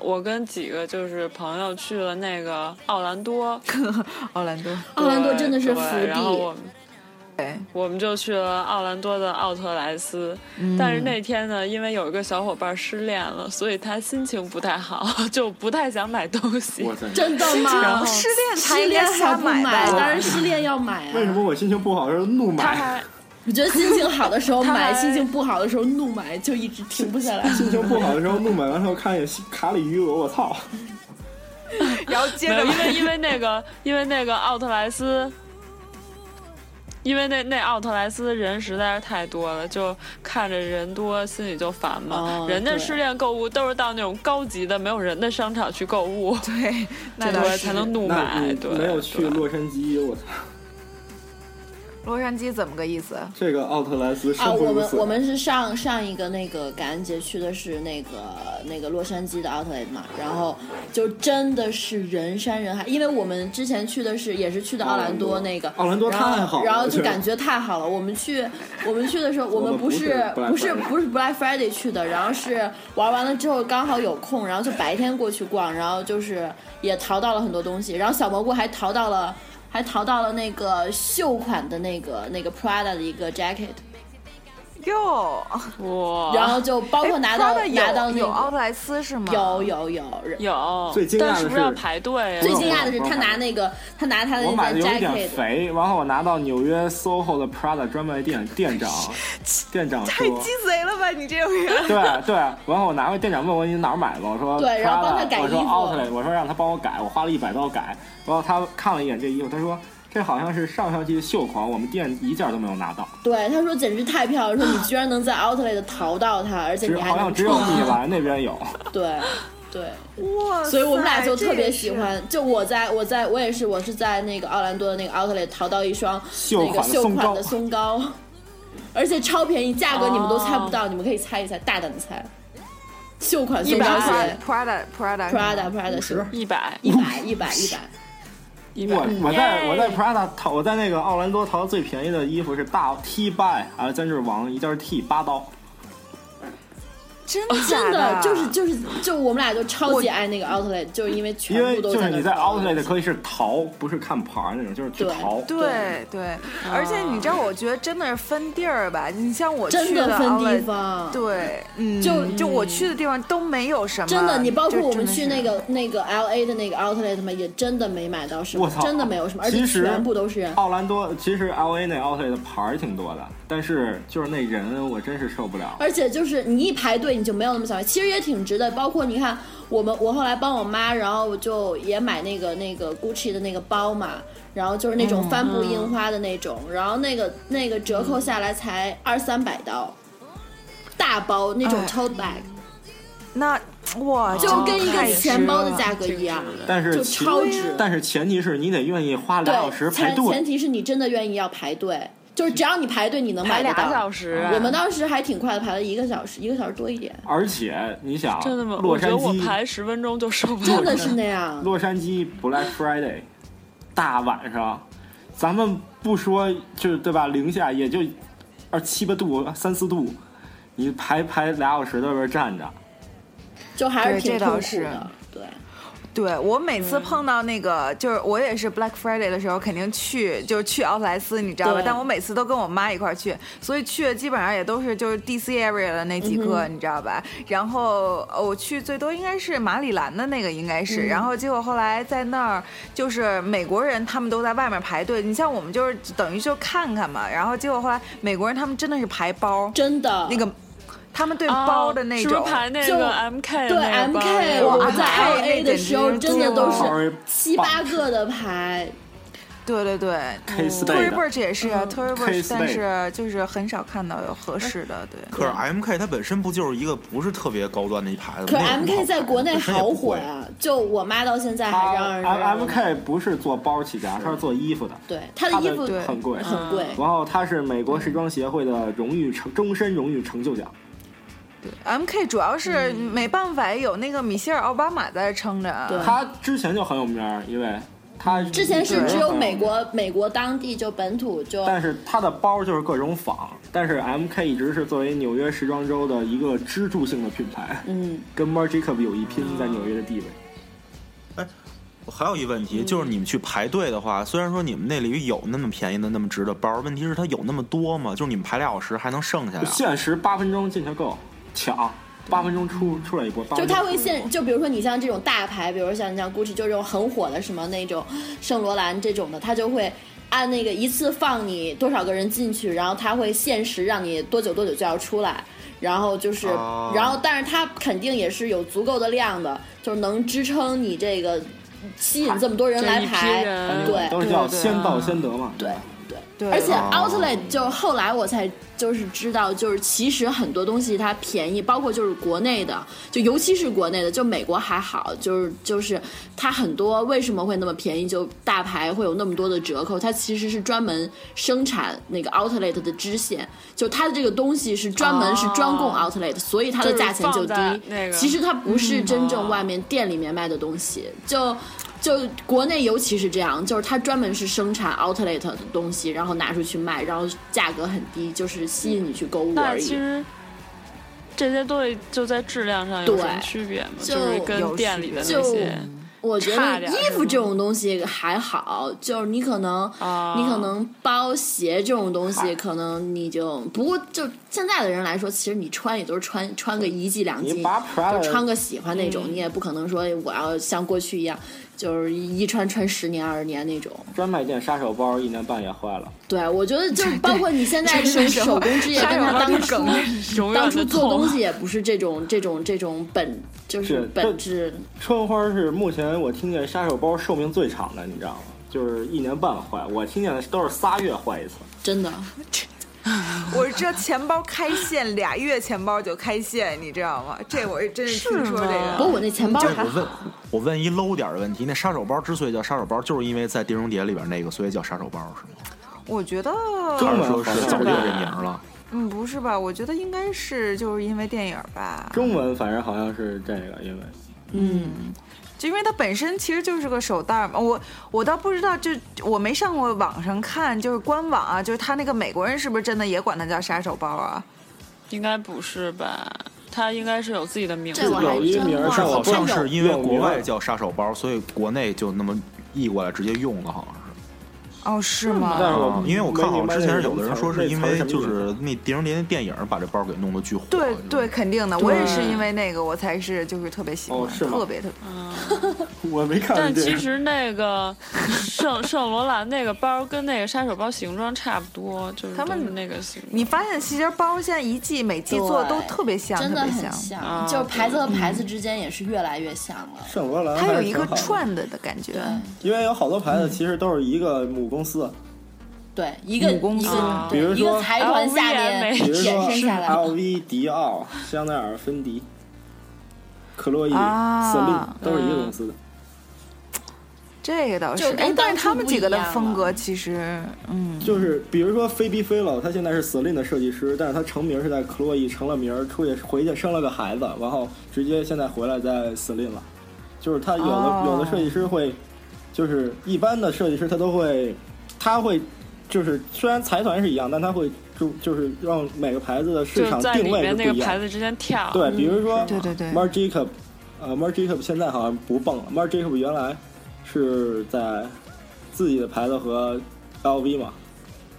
Speaker 4: 我跟几个就是朋友去了那个奥兰多，
Speaker 2: 奥兰多，
Speaker 5: 奥兰多哦真的是
Speaker 4: 对
Speaker 5: 福
Speaker 4: 对然后我
Speaker 5: 地，
Speaker 4: 们
Speaker 2: 对，
Speaker 4: 我们就去了奥兰多的奥特莱斯，但是那天呢，因为有一个小伙伴失恋了，所以他心情不太好， 就不太想买东西。
Speaker 6: 我操！
Speaker 5: 真的吗？
Speaker 2: 失恋才
Speaker 5: 失
Speaker 2: 应
Speaker 5: 恋
Speaker 2: 该
Speaker 5: 还
Speaker 2: 瞎
Speaker 5: 不买，
Speaker 2: 买
Speaker 5: 当
Speaker 2: 吧？
Speaker 5: 然失恋要买啊！
Speaker 6: 为什么我心情不好的时候怒
Speaker 4: 他
Speaker 6: 买？
Speaker 4: 还
Speaker 5: 我觉得心情好的时候
Speaker 4: 他
Speaker 5: 买，
Speaker 4: 还
Speaker 5: 心情不好的时候怒买，就一直停不下来。
Speaker 6: 心情不好的时候怒买，完之后看见卡里余额，我操！
Speaker 2: 然后接
Speaker 4: 没有，
Speaker 2: 着
Speaker 4: 因为因为那个因为那个奥特莱斯。因为那那奥特莱斯人实在是太多了，就看着人多心里就烦嘛。
Speaker 5: 哦
Speaker 4: 人家
Speaker 5: 对
Speaker 4: 失恋购物都是到那种高级的没有人的商场去购物，
Speaker 2: 对，那倒
Speaker 4: 对
Speaker 2: 是
Speaker 4: 才能怒
Speaker 6: 那
Speaker 4: 买。
Speaker 6: 你
Speaker 4: 对，
Speaker 6: 没有去
Speaker 4: 对
Speaker 6: 洛杉矶，我操，
Speaker 2: 洛杉矶怎么个意思？
Speaker 6: 这个奥特莱斯生
Speaker 5: 啊，
Speaker 6: 不
Speaker 5: 我
Speaker 6: 如
Speaker 5: 们
Speaker 6: 死。
Speaker 5: 我们是上上一个那个感恩节去的是那个那个洛杉矶的 Outlet 嘛，然后就真的是人山人海，因为我们之前去的是也是去的奥兰多那个，
Speaker 6: 奥兰多
Speaker 5: 然后
Speaker 6: 太好了
Speaker 5: 然后
Speaker 6: 我觉
Speaker 5: 就
Speaker 6: 得
Speaker 5: 感觉太好了。我们去我们去的时候，我们
Speaker 6: 们
Speaker 5: 不
Speaker 6: 不是
Speaker 5: 是
Speaker 6: Black
Speaker 5: 不是
Speaker 6: Friday
Speaker 5: 不是 Black Friday 去的，然后是玩完了之后刚好有空，然后就白天过去逛，然后就是也淘到了很多东西，然后小蘑菇还淘到了。还淘到了那个秀款的那个那个 Prada 的一个 jacket，
Speaker 2: 哟，
Speaker 4: 哇，
Speaker 5: 然后就包
Speaker 2: 哎
Speaker 5: 括哦拿到
Speaker 2: Prada
Speaker 5: 拿到那
Speaker 2: 有有奥
Speaker 5: 个
Speaker 2: 特莱斯是吗？
Speaker 5: 有有有。
Speaker 4: 有，
Speaker 6: 最惊讶的
Speaker 4: 但是不是
Speaker 6: 是
Speaker 4: 要排队呀？啊
Speaker 5: 最
Speaker 6: 有
Speaker 5: 惊讶的是，
Speaker 6: 我
Speaker 5: 他
Speaker 6: 买
Speaker 5: 拿那个，他拿他的
Speaker 6: 我
Speaker 5: 那
Speaker 6: 买的
Speaker 5: 件
Speaker 6: 有一点
Speaker 5: jacket，
Speaker 6: 肥，然后我拿到纽约 SOHO 的 Prada 专卖店，店长，店长
Speaker 2: 太
Speaker 6: 说
Speaker 2: 鸡，贼了吧，你这个 人！
Speaker 6: 对对，然后我拿回店长问我你哪儿买的，我说
Speaker 5: 对
Speaker 6: Prada，
Speaker 5: 然后帮他改
Speaker 6: 我说
Speaker 5: 衣服
Speaker 6: Outlet，我说让他帮我改，我花了一百刀改，然后他看了一眼这衣服，他说这好像是上上季的秀款，我们店一件都没有拿到，
Speaker 5: 对，他说简直太漂亮，说你居然能在 Outlet 淘到它，而且
Speaker 6: 只
Speaker 5: 你还
Speaker 6: 好像
Speaker 5: 能
Speaker 6: 只有
Speaker 5: 穿
Speaker 6: 米兰那边有，
Speaker 5: 对对，
Speaker 2: 哇塞，
Speaker 5: 所以我们俩就特
Speaker 2: 这也
Speaker 5: 别喜
Speaker 2: 是。
Speaker 5: 欢。就我在我在我也是，我是在那个奥兰多的那个 Outlet 淘到一双
Speaker 6: 秀
Speaker 5: 那个
Speaker 6: 款的
Speaker 5: 秀
Speaker 6: 松
Speaker 5: 款
Speaker 6: 糕
Speaker 5: 的，松糕，而且超便宜，价格你们都猜
Speaker 2: 哦
Speaker 5: 不到，你们可以猜一猜，大胆的猜，秀款
Speaker 2: 一
Speaker 5: 松
Speaker 2: 百
Speaker 5: 糕
Speaker 2: 块
Speaker 5: 鞋
Speaker 2: Prada Prada
Speaker 5: ，Prada Prada 是
Speaker 4: 一百
Speaker 5: 一百一百一百。
Speaker 4: 一百
Speaker 6: 我，
Speaker 5: 嗯
Speaker 6: 我在
Speaker 4: 耶
Speaker 6: 我在 Prada 淘，我在那个奥兰多淘的最便宜的衣服是大 T by 啊，咱就是王一件 T 八刀，
Speaker 2: 真
Speaker 5: 真
Speaker 2: 的
Speaker 5: 的就是就是就我们俩就超级
Speaker 2: 我
Speaker 5: 爱那个 outlet，就因为全
Speaker 6: 因为
Speaker 5: 部都
Speaker 6: 就是
Speaker 5: 那
Speaker 6: 你
Speaker 5: 儿
Speaker 6: 在
Speaker 5: 淘
Speaker 6: Outlet 可以是淘，不是看牌儿那种，就是去
Speaker 5: 对啊
Speaker 6: 淘。
Speaker 2: 对对，而且你知道，我觉得真的是分地儿吧。你像我
Speaker 5: 真
Speaker 2: 去
Speaker 5: 的分地
Speaker 2: outlet，
Speaker 5: 方，
Speaker 2: 对，嗯，
Speaker 5: 就
Speaker 2: 就我去的地方都没有什么。
Speaker 5: 真的你包括
Speaker 2: 这
Speaker 5: 我们
Speaker 2: 真的
Speaker 5: 去
Speaker 2: 是
Speaker 5: 那个那个 L A 的那个 outlet 嘛，也真的没买到什么
Speaker 6: 我，操，
Speaker 5: 真的没有什么，而且
Speaker 6: 其实
Speaker 5: 全部都是人。
Speaker 6: 奥兰多，其实 L A 那 Outlet 的牌儿挺多的，但是就是那人我真是受不了。
Speaker 5: 而且就是你一排队，你就没有那么想。其实也挺值的。包括你看，我们我后来帮我妈，然后我就也买那个那个 Gucci 的那个包嘛，然后就是那种帆布印花的那种，然后那个那个折扣下来才二三百刀，大包那种
Speaker 2: 哎
Speaker 5: tote bag，、
Speaker 2: 那哇，
Speaker 5: 就
Speaker 2: 真
Speaker 5: 跟一
Speaker 2: 太
Speaker 5: 个
Speaker 2: 值
Speaker 5: 钱包的
Speaker 2: 了
Speaker 5: 价格一样，
Speaker 6: 但是
Speaker 5: 就
Speaker 6: 其
Speaker 5: 超值。
Speaker 6: 但是前提是你得愿意花
Speaker 5: 对
Speaker 6: 俩小时，排
Speaker 5: 前前
Speaker 6: 队。
Speaker 5: 提是你真的愿意要排队，就是只要你排队，你能买
Speaker 4: 排啊
Speaker 5: 得
Speaker 4: 俩
Speaker 5: 到
Speaker 4: 小。时，
Speaker 5: 我们当时还挺快的，排了一个小时，一个小时多一点，
Speaker 6: 而且你想，
Speaker 4: 真的吗？
Speaker 6: 洛
Speaker 4: 我觉
Speaker 6: 杉
Speaker 4: 得我排
Speaker 6: 矶，
Speaker 4: 十分钟就受不了了，
Speaker 5: 真的是那样。
Speaker 6: 洛杉矶 Black Friday，大晚上，咱们不说就是对吧，零下也就二七八度、三四度，你排排俩小时在外边站着，
Speaker 5: 就还是
Speaker 2: 对
Speaker 5: 挺
Speaker 2: 这
Speaker 5: 痛
Speaker 2: 倒
Speaker 5: 苦
Speaker 2: 是
Speaker 5: 的。对，
Speaker 2: 对我每
Speaker 4: 嗯
Speaker 2: 次碰到那个，就是我也是 Black Friday 的时候，肯定去，就是去奥特莱斯，你知道吧
Speaker 5: 对？
Speaker 2: 但我每次都跟我妈一块儿去，所以去的基本上也都是就是 DC area 的那
Speaker 4: 嗯
Speaker 2: 几个，你知道吧？然后呃我去最多应该是马里兰的那个，应该是。
Speaker 4: 嗯
Speaker 2: 然后结果后来在那儿，就是美国人他们都在外面排队，你像我们就是等于就看看嘛。然后结果后来美国人他们真的是排包，
Speaker 5: 真的
Speaker 2: 那个他们对
Speaker 4: 啊
Speaker 2: 包的那
Speaker 4: 是不
Speaker 2: 种，
Speaker 4: 是排那
Speaker 5: 就
Speaker 4: 个 MK
Speaker 5: 对
Speaker 4: 的那个
Speaker 5: M
Speaker 4: 包嗯
Speaker 5: K，
Speaker 4: 哇
Speaker 5: 我
Speaker 2: 哇
Speaker 5: 在 L
Speaker 2: 那
Speaker 5: A
Speaker 2: 简
Speaker 5: 的
Speaker 2: 直
Speaker 5: 时候
Speaker 2: 是
Speaker 5: 真的都
Speaker 2: 多
Speaker 5: 是
Speaker 6: Sorry，
Speaker 5: 七八个的排，
Speaker 2: 对对对，
Speaker 5: 嗯
Speaker 6: Case
Speaker 2: 特
Speaker 6: day
Speaker 2: 瑞
Speaker 6: 的
Speaker 2: 贝儿也是啊，特瑞贝儿
Speaker 6: Case，
Speaker 2: 但是就是很少看到有合适的，对。
Speaker 3: 可是 M K 它本身不就是一个不是特别高端的一牌子？
Speaker 5: 可是
Speaker 3: 没有
Speaker 5: M
Speaker 3: 什么
Speaker 5: K
Speaker 3: 好
Speaker 5: 在国内
Speaker 3: 本身也
Speaker 5: 好
Speaker 3: 不
Speaker 5: 火
Speaker 3: 贵
Speaker 5: 呀，就我妈到现在还让人
Speaker 6: 啊 M M K 不是做包起家，它是做衣服的，
Speaker 5: 对她的衣服
Speaker 2: 对
Speaker 6: 很贵，
Speaker 5: 很贵，
Speaker 6: 然后他是美国时装协会的荣誉成终身荣誉成就奖，
Speaker 2: M K 主要是没办法，有那个米歇尔奥巴马在这撑着。啊
Speaker 5: 对
Speaker 6: 他之前就很有名儿，因为他
Speaker 5: 嗯之前是
Speaker 6: 对
Speaker 5: 只有美，国美国当地就本土就
Speaker 6: 但是他的包就是各种仿，但是 M K 一直是作为纽约时装周的一个支柱性的品牌，
Speaker 5: 嗯，
Speaker 6: 跟 m a r j i c o 有一拼在纽约的地位。
Speaker 3: 我还有一问题，就是你们去排队的话，虽然说你们那里有那么便宜的、那么值的包，问题是它有那么多吗？就是你们排俩小时还能剩下来？
Speaker 6: 限时八分钟进去购，抢八分钟出出来一波，八
Speaker 5: 就
Speaker 6: 分
Speaker 5: 它
Speaker 6: 钟出
Speaker 5: 会
Speaker 6: 来一波
Speaker 5: 现，就比如说你像这种大牌，比如像你像 Gucci，就这种很火的什么那种圣罗兰这种的，它就会按那个一次放你多少个人进去，然后它会限时让你多久多久就要出来，然后就是，
Speaker 3: 哦
Speaker 5: 然后但是它肯定也是有足够的量的，就是能支撑你这个吸引这么多人
Speaker 4: 这
Speaker 5: 来
Speaker 4: 一批
Speaker 5: 排，
Speaker 4: 人
Speaker 5: 对
Speaker 6: 都是叫
Speaker 2: 对对
Speaker 6: 先到先得嘛。
Speaker 5: 对对，
Speaker 7: 对，
Speaker 5: 而且
Speaker 4: 哦
Speaker 5: Outlet 就后来我才就是知道，就是其实很多东西它便宜，包括就是国内的，就尤其是国内的，就美国还好，就是就是它很多为什么会那么便宜，就大牌会有那么多的折扣，它其实是专门生产那个 Outlet 的支线，就它的这个东西是专门是专供 Outlet，、所以它的价钱
Speaker 4: 哦就
Speaker 5: 就
Speaker 4: 是
Speaker 5: 低
Speaker 4: 放在。那个
Speaker 5: 其实它不是真
Speaker 4: 嗯
Speaker 5: 正外面店里面卖的东西，就。就国内尤其是这样，就是它专门是生产 outlet 的东西，然后拿出去卖，然后价格很低，就是吸引你去购物
Speaker 4: 那
Speaker 5: 而
Speaker 4: 其
Speaker 5: 已。
Speaker 4: 实这些东西就在质量上有什么
Speaker 5: 对
Speaker 4: 区别吗？
Speaker 5: 就
Speaker 4: 就是
Speaker 7: 有
Speaker 4: 跟
Speaker 7: 区
Speaker 4: 店里的
Speaker 5: 就
Speaker 4: 那些
Speaker 5: 我觉
Speaker 4: 差
Speaker 5: 得
Speaker 4: 点儿
Speaker 5: 衣
Speaker 4: 是吗
Speaker 5: 服这种东西还好，就是你可能、
Speaker 4: 啊，
Speaker 5: 你可能包鞋这种东西，可能你就不过就现在的人来说，其实你穿也都是穿穿个一季两季，
Speaker 6: 你把 Prada
Speaker 5: 就穿个喜欢那种，
Speaker 4: 嗯
Speaker 5: 你也不可能说我要像过去一样，就是一穿穿十年二十年那种。
Speaker 6: 专卖店杀手包一年半也坏了，
Speaker 5: 对，我觉得就是包括你现在这种手工之夜，跟他当初
Speaker 4: 永远
Speaker 5: 当
Speaker 4: 的
Speaker 5: 初做东
Speaker 4: 痛
Speaker 5: 西也不是这种这种这种本，就是
Speaker 6: 是
Speaker 5: 本质。
Speaker 6: 春花是目前我听见杀手包寿命最长的，你知道吗？就是一年半坏，我听见的都是仨月坏一次。
Speaker 5: 真的，
Speaker 2: 我这钱包开线俩月，钱包就开线，你知道 吗？这我真是听说这
Speaker 5: 不
Speaker 2: 个。
Speaker 5: 过我那钱包
Speaker 3: 就是
Speaker 5: 还
Speaker 3: 我
Speaker 5: 好。
Speaker 3: 问，我问一 low 点儿的问题，那杀手包之所以叫杀手包，就是因为在《碟中谍》里边那个，所以叫杀手包是吗？
Speaker 2: 我觉得，
Speaker 6: 中
Speaker 3: 还是
Speaker 6: 文
Speaker 3: 说是
Speaker 6: 好
Speaker 3: 早
Speaker 6: 像
Speaker 3: 就这名儿了？
Speaker 2: 嗯，不是吧？我觉得应该是就是因为电影吧，
Speaker 6: 中文反正好像是这个，因为
Speaker 2: 就因为它本身其实就是个手袋嘛。我我倒不知道，就我没上过网上看，就是官网啊，就是他那个美国人是不是真的也管它叫杀手包啊？
Speaker 4: 应该不是吧？它应该是有自己的名字
Speaker 5: 这我
Speaker 4: 吧。
Speaker 5: 还
Speaker 6: 有一
Speaker 5: 真
Speaker 6: 名儿
Speaker 5: 忘
Speaker 6: 上
Speaker 5: 了，
Speaker 6: 我
Speaker 3: 好像是因为
Speaker 6: 有
Speaker 3: 国外叫杀手包，所以国内就那么译过来直接用了，好像是。
Speaker 2: 哦，是吗？
Speaker 6: 但是我
Speaker 3: 啊，因为我看
Speaker 6: 没
Speaker 3: 好
Speaker 6: 明白
Speaker 3: 之前
Speaker 6: 那
Speaker 3: 有的人
Speaker 6: 词
Speaker 3: 说
Speaker 6: 儿
Speaker 3: 是因
Speaker 6: 那词
Speaker 3: 为
Speaker 6: 儿什么
Speaker 3: 就
Speaker 6: 意思啊
Speaker 3: 是那《碟中谍》那电影把这包给弄得巨火。
Speaker 2: 对
Speaker 3: 就是
Speaker 2: 对，肯定的，我也是
Speaker 5: 对
Speaker 2: 因为那个我才是就是特别喜欢，
Speaker 6: 哦是吗
Speaker 2: 特别特别。
Speaker 6: 我没看
Speaker 4: 但
Speaker 6: 这
Speaker 4: 其
Speaker 6: 个。
Speaker 4: 实那个圣 圣罗兰那个包跟那个杀手包形状差不多，就是
Speaker 2: 他们
Speaker 4: 都是那个形状。
Speaker 2: 你发现细节包现在一季每季做的都特别像，
Speaker 5: 真
Speaker 2: 特
Speaker 5: 的
Speaker 2: 别
Speaker 5: 很
Speaker 2: 像，
Speaker 5: 像，
Speaker 4: 啊
Speaker 5: 就是牌子和牌子之间也是越来越像了。
Speaker 6: 圣罗兰
Speaker 2: 它
Speaker 6: 还
Speaker 2: 有
Speaker 6: 是
Speaker 2: 一个
Speaker 6: 挺好的，
Speaker 2: 串的的感觉。
Speaker 6: 因为有好多牌子其实都是一个母公司，
Speaker 5: 对，一个
Speaker 2: 母公
Speaker 5: 一
Speaker 2: 司
Speaker 5: 个
Speaker 6: 比
Speaker 5: 对
Speaker 6: 如
Speaker 5: 一个
Speaker 6: 啊说
Speaker 5: 财团下
Speaker 4: LV
Speaker 5: 面
Speaker 4: 也
Speaker 6: 比如说啊
Speaker 5: 衍生下来了。
Speaker 6: LV、迪奥、香奈儿、芬迪、克洛伊、
Speaker 2: 啊
Speaker 6: Celine 都是一个公司的。
Speaker 2: 这个倒是
Speaker 5: 就，跟
Speaker 2: 哎，但
Speaker 5: 当
Speaker 2: 是
Speaker 5: 初
Speaker 2: 他们
Speaker 5: 不
Speaker 2: 几
Speaker 5: 一
Speaker 2: 个的
Speaker 5: 样
Speaker 2: 风
Speaker 5: 了
Speaker 2: 格其实，嗯，
Speaker 6: 就是比如说菲比菲老，她现在是 Celine 的设计师，但是她成名是在克洛伊，成了名儿出去回去生了个孩子，然后直接现在回来在 Celine 了。就是她有的、
Speaker 2: 哦
Speaker 6: 有的设计师会，就是一般的设计师他都会，他会就是虽然财团是一样，但他会就就是让每个牌子的市
Speaker 4: 就
Speaker 6: 场
Speaker 4: 在里
Speaker 6: 定位是
Speaker 4: 面
Speaker 6: 不
Speaker 4: 那个
Speaker 6: 一样
Speaker 4: 牌
Speaker 6: 的。
Speaker 4: 子之间跳，
Speaker 6: 对，比如说、
Speaker 2: 嗯对对对
Speaker 6: m a r j a c o b 呃 m a r j a c o b 现在好像不蹦了 m a r j a c o b 原来是在自己的牌子和 LV 嘛，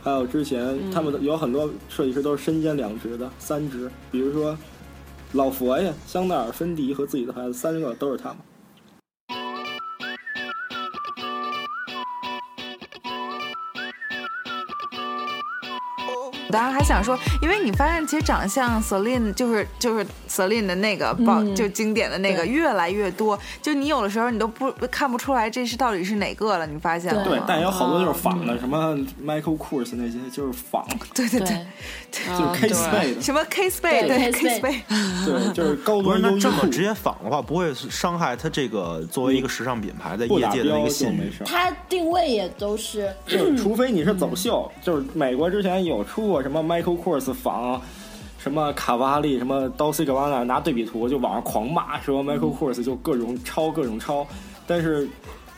Speaker 6: 还有之前
Speaker 2: 嗯
Speaker 6: 他们有很多设计师都是身兼两职的三职，比如说老佛爷、香奈儿、芬迪和自己的牌子三个都是他们。
Speaker 2: 我当时还想说，因为你发现其实长相 Celine 就是就是 Celine 的那个包，就经典的那个
Speaker 5: 嗯对
Speaker 2: 越来越多，就你有的时候你都不看不出来这是到底是哪个了，你发现了
Speaker 5: 对
Speaker 6: 对
Speaker 2: 吗，？
Speaker 6: 但有好多就是仿
Speaker 2: 嗯
Speaker 6: 的，什么 Michael Kors 那些就是仿，
Speaker 2: 对对对，
Speaker 5: 对，
Speaker 6: 就是 Kate
Speaker 4: 啊对
Speaker 6: Spade 的，
Speaker 2: 什么 K Spade
Speaker 5: 对
Speaker 2: 啊对
Speaker 5: Kate
Speaker 2: K Spade，
Speaker 6: 对，就是高
Speaker 3: 不
Speaker 6: 端
Speaker 3: 是，那
Speaker 6: 优衣
Speaker 3: 这么
Speaker 6: 库
Speaker 3: 直接仿的话，不会伤害它这个作为一个时尚品牌在
Speaker 6: 不
Speaker 3: 业
Speaker 6: 打
Speaker 3: 界的那
Speaker 6: 标
Speaker 3: 个
Speaker 6: 就
Speaker 3: 信
Speaker 6: 没
Speaker 3: 誉？
Speaker 6: 事儿。
Speaker 5: 它定位也都是
Speaker 6: 就是除非你是走秀，
Speaker 5: 嗯
Speaker 6: 就是美国之前有出过什么 Michael Kors 仿，什么卡瓦利，什么 d o s i g a n a 拿对比图就网上狂骂，
Speaker 5: 嗯
Speaker 6: 说 Michael Kors 就各种抄各种抄，但是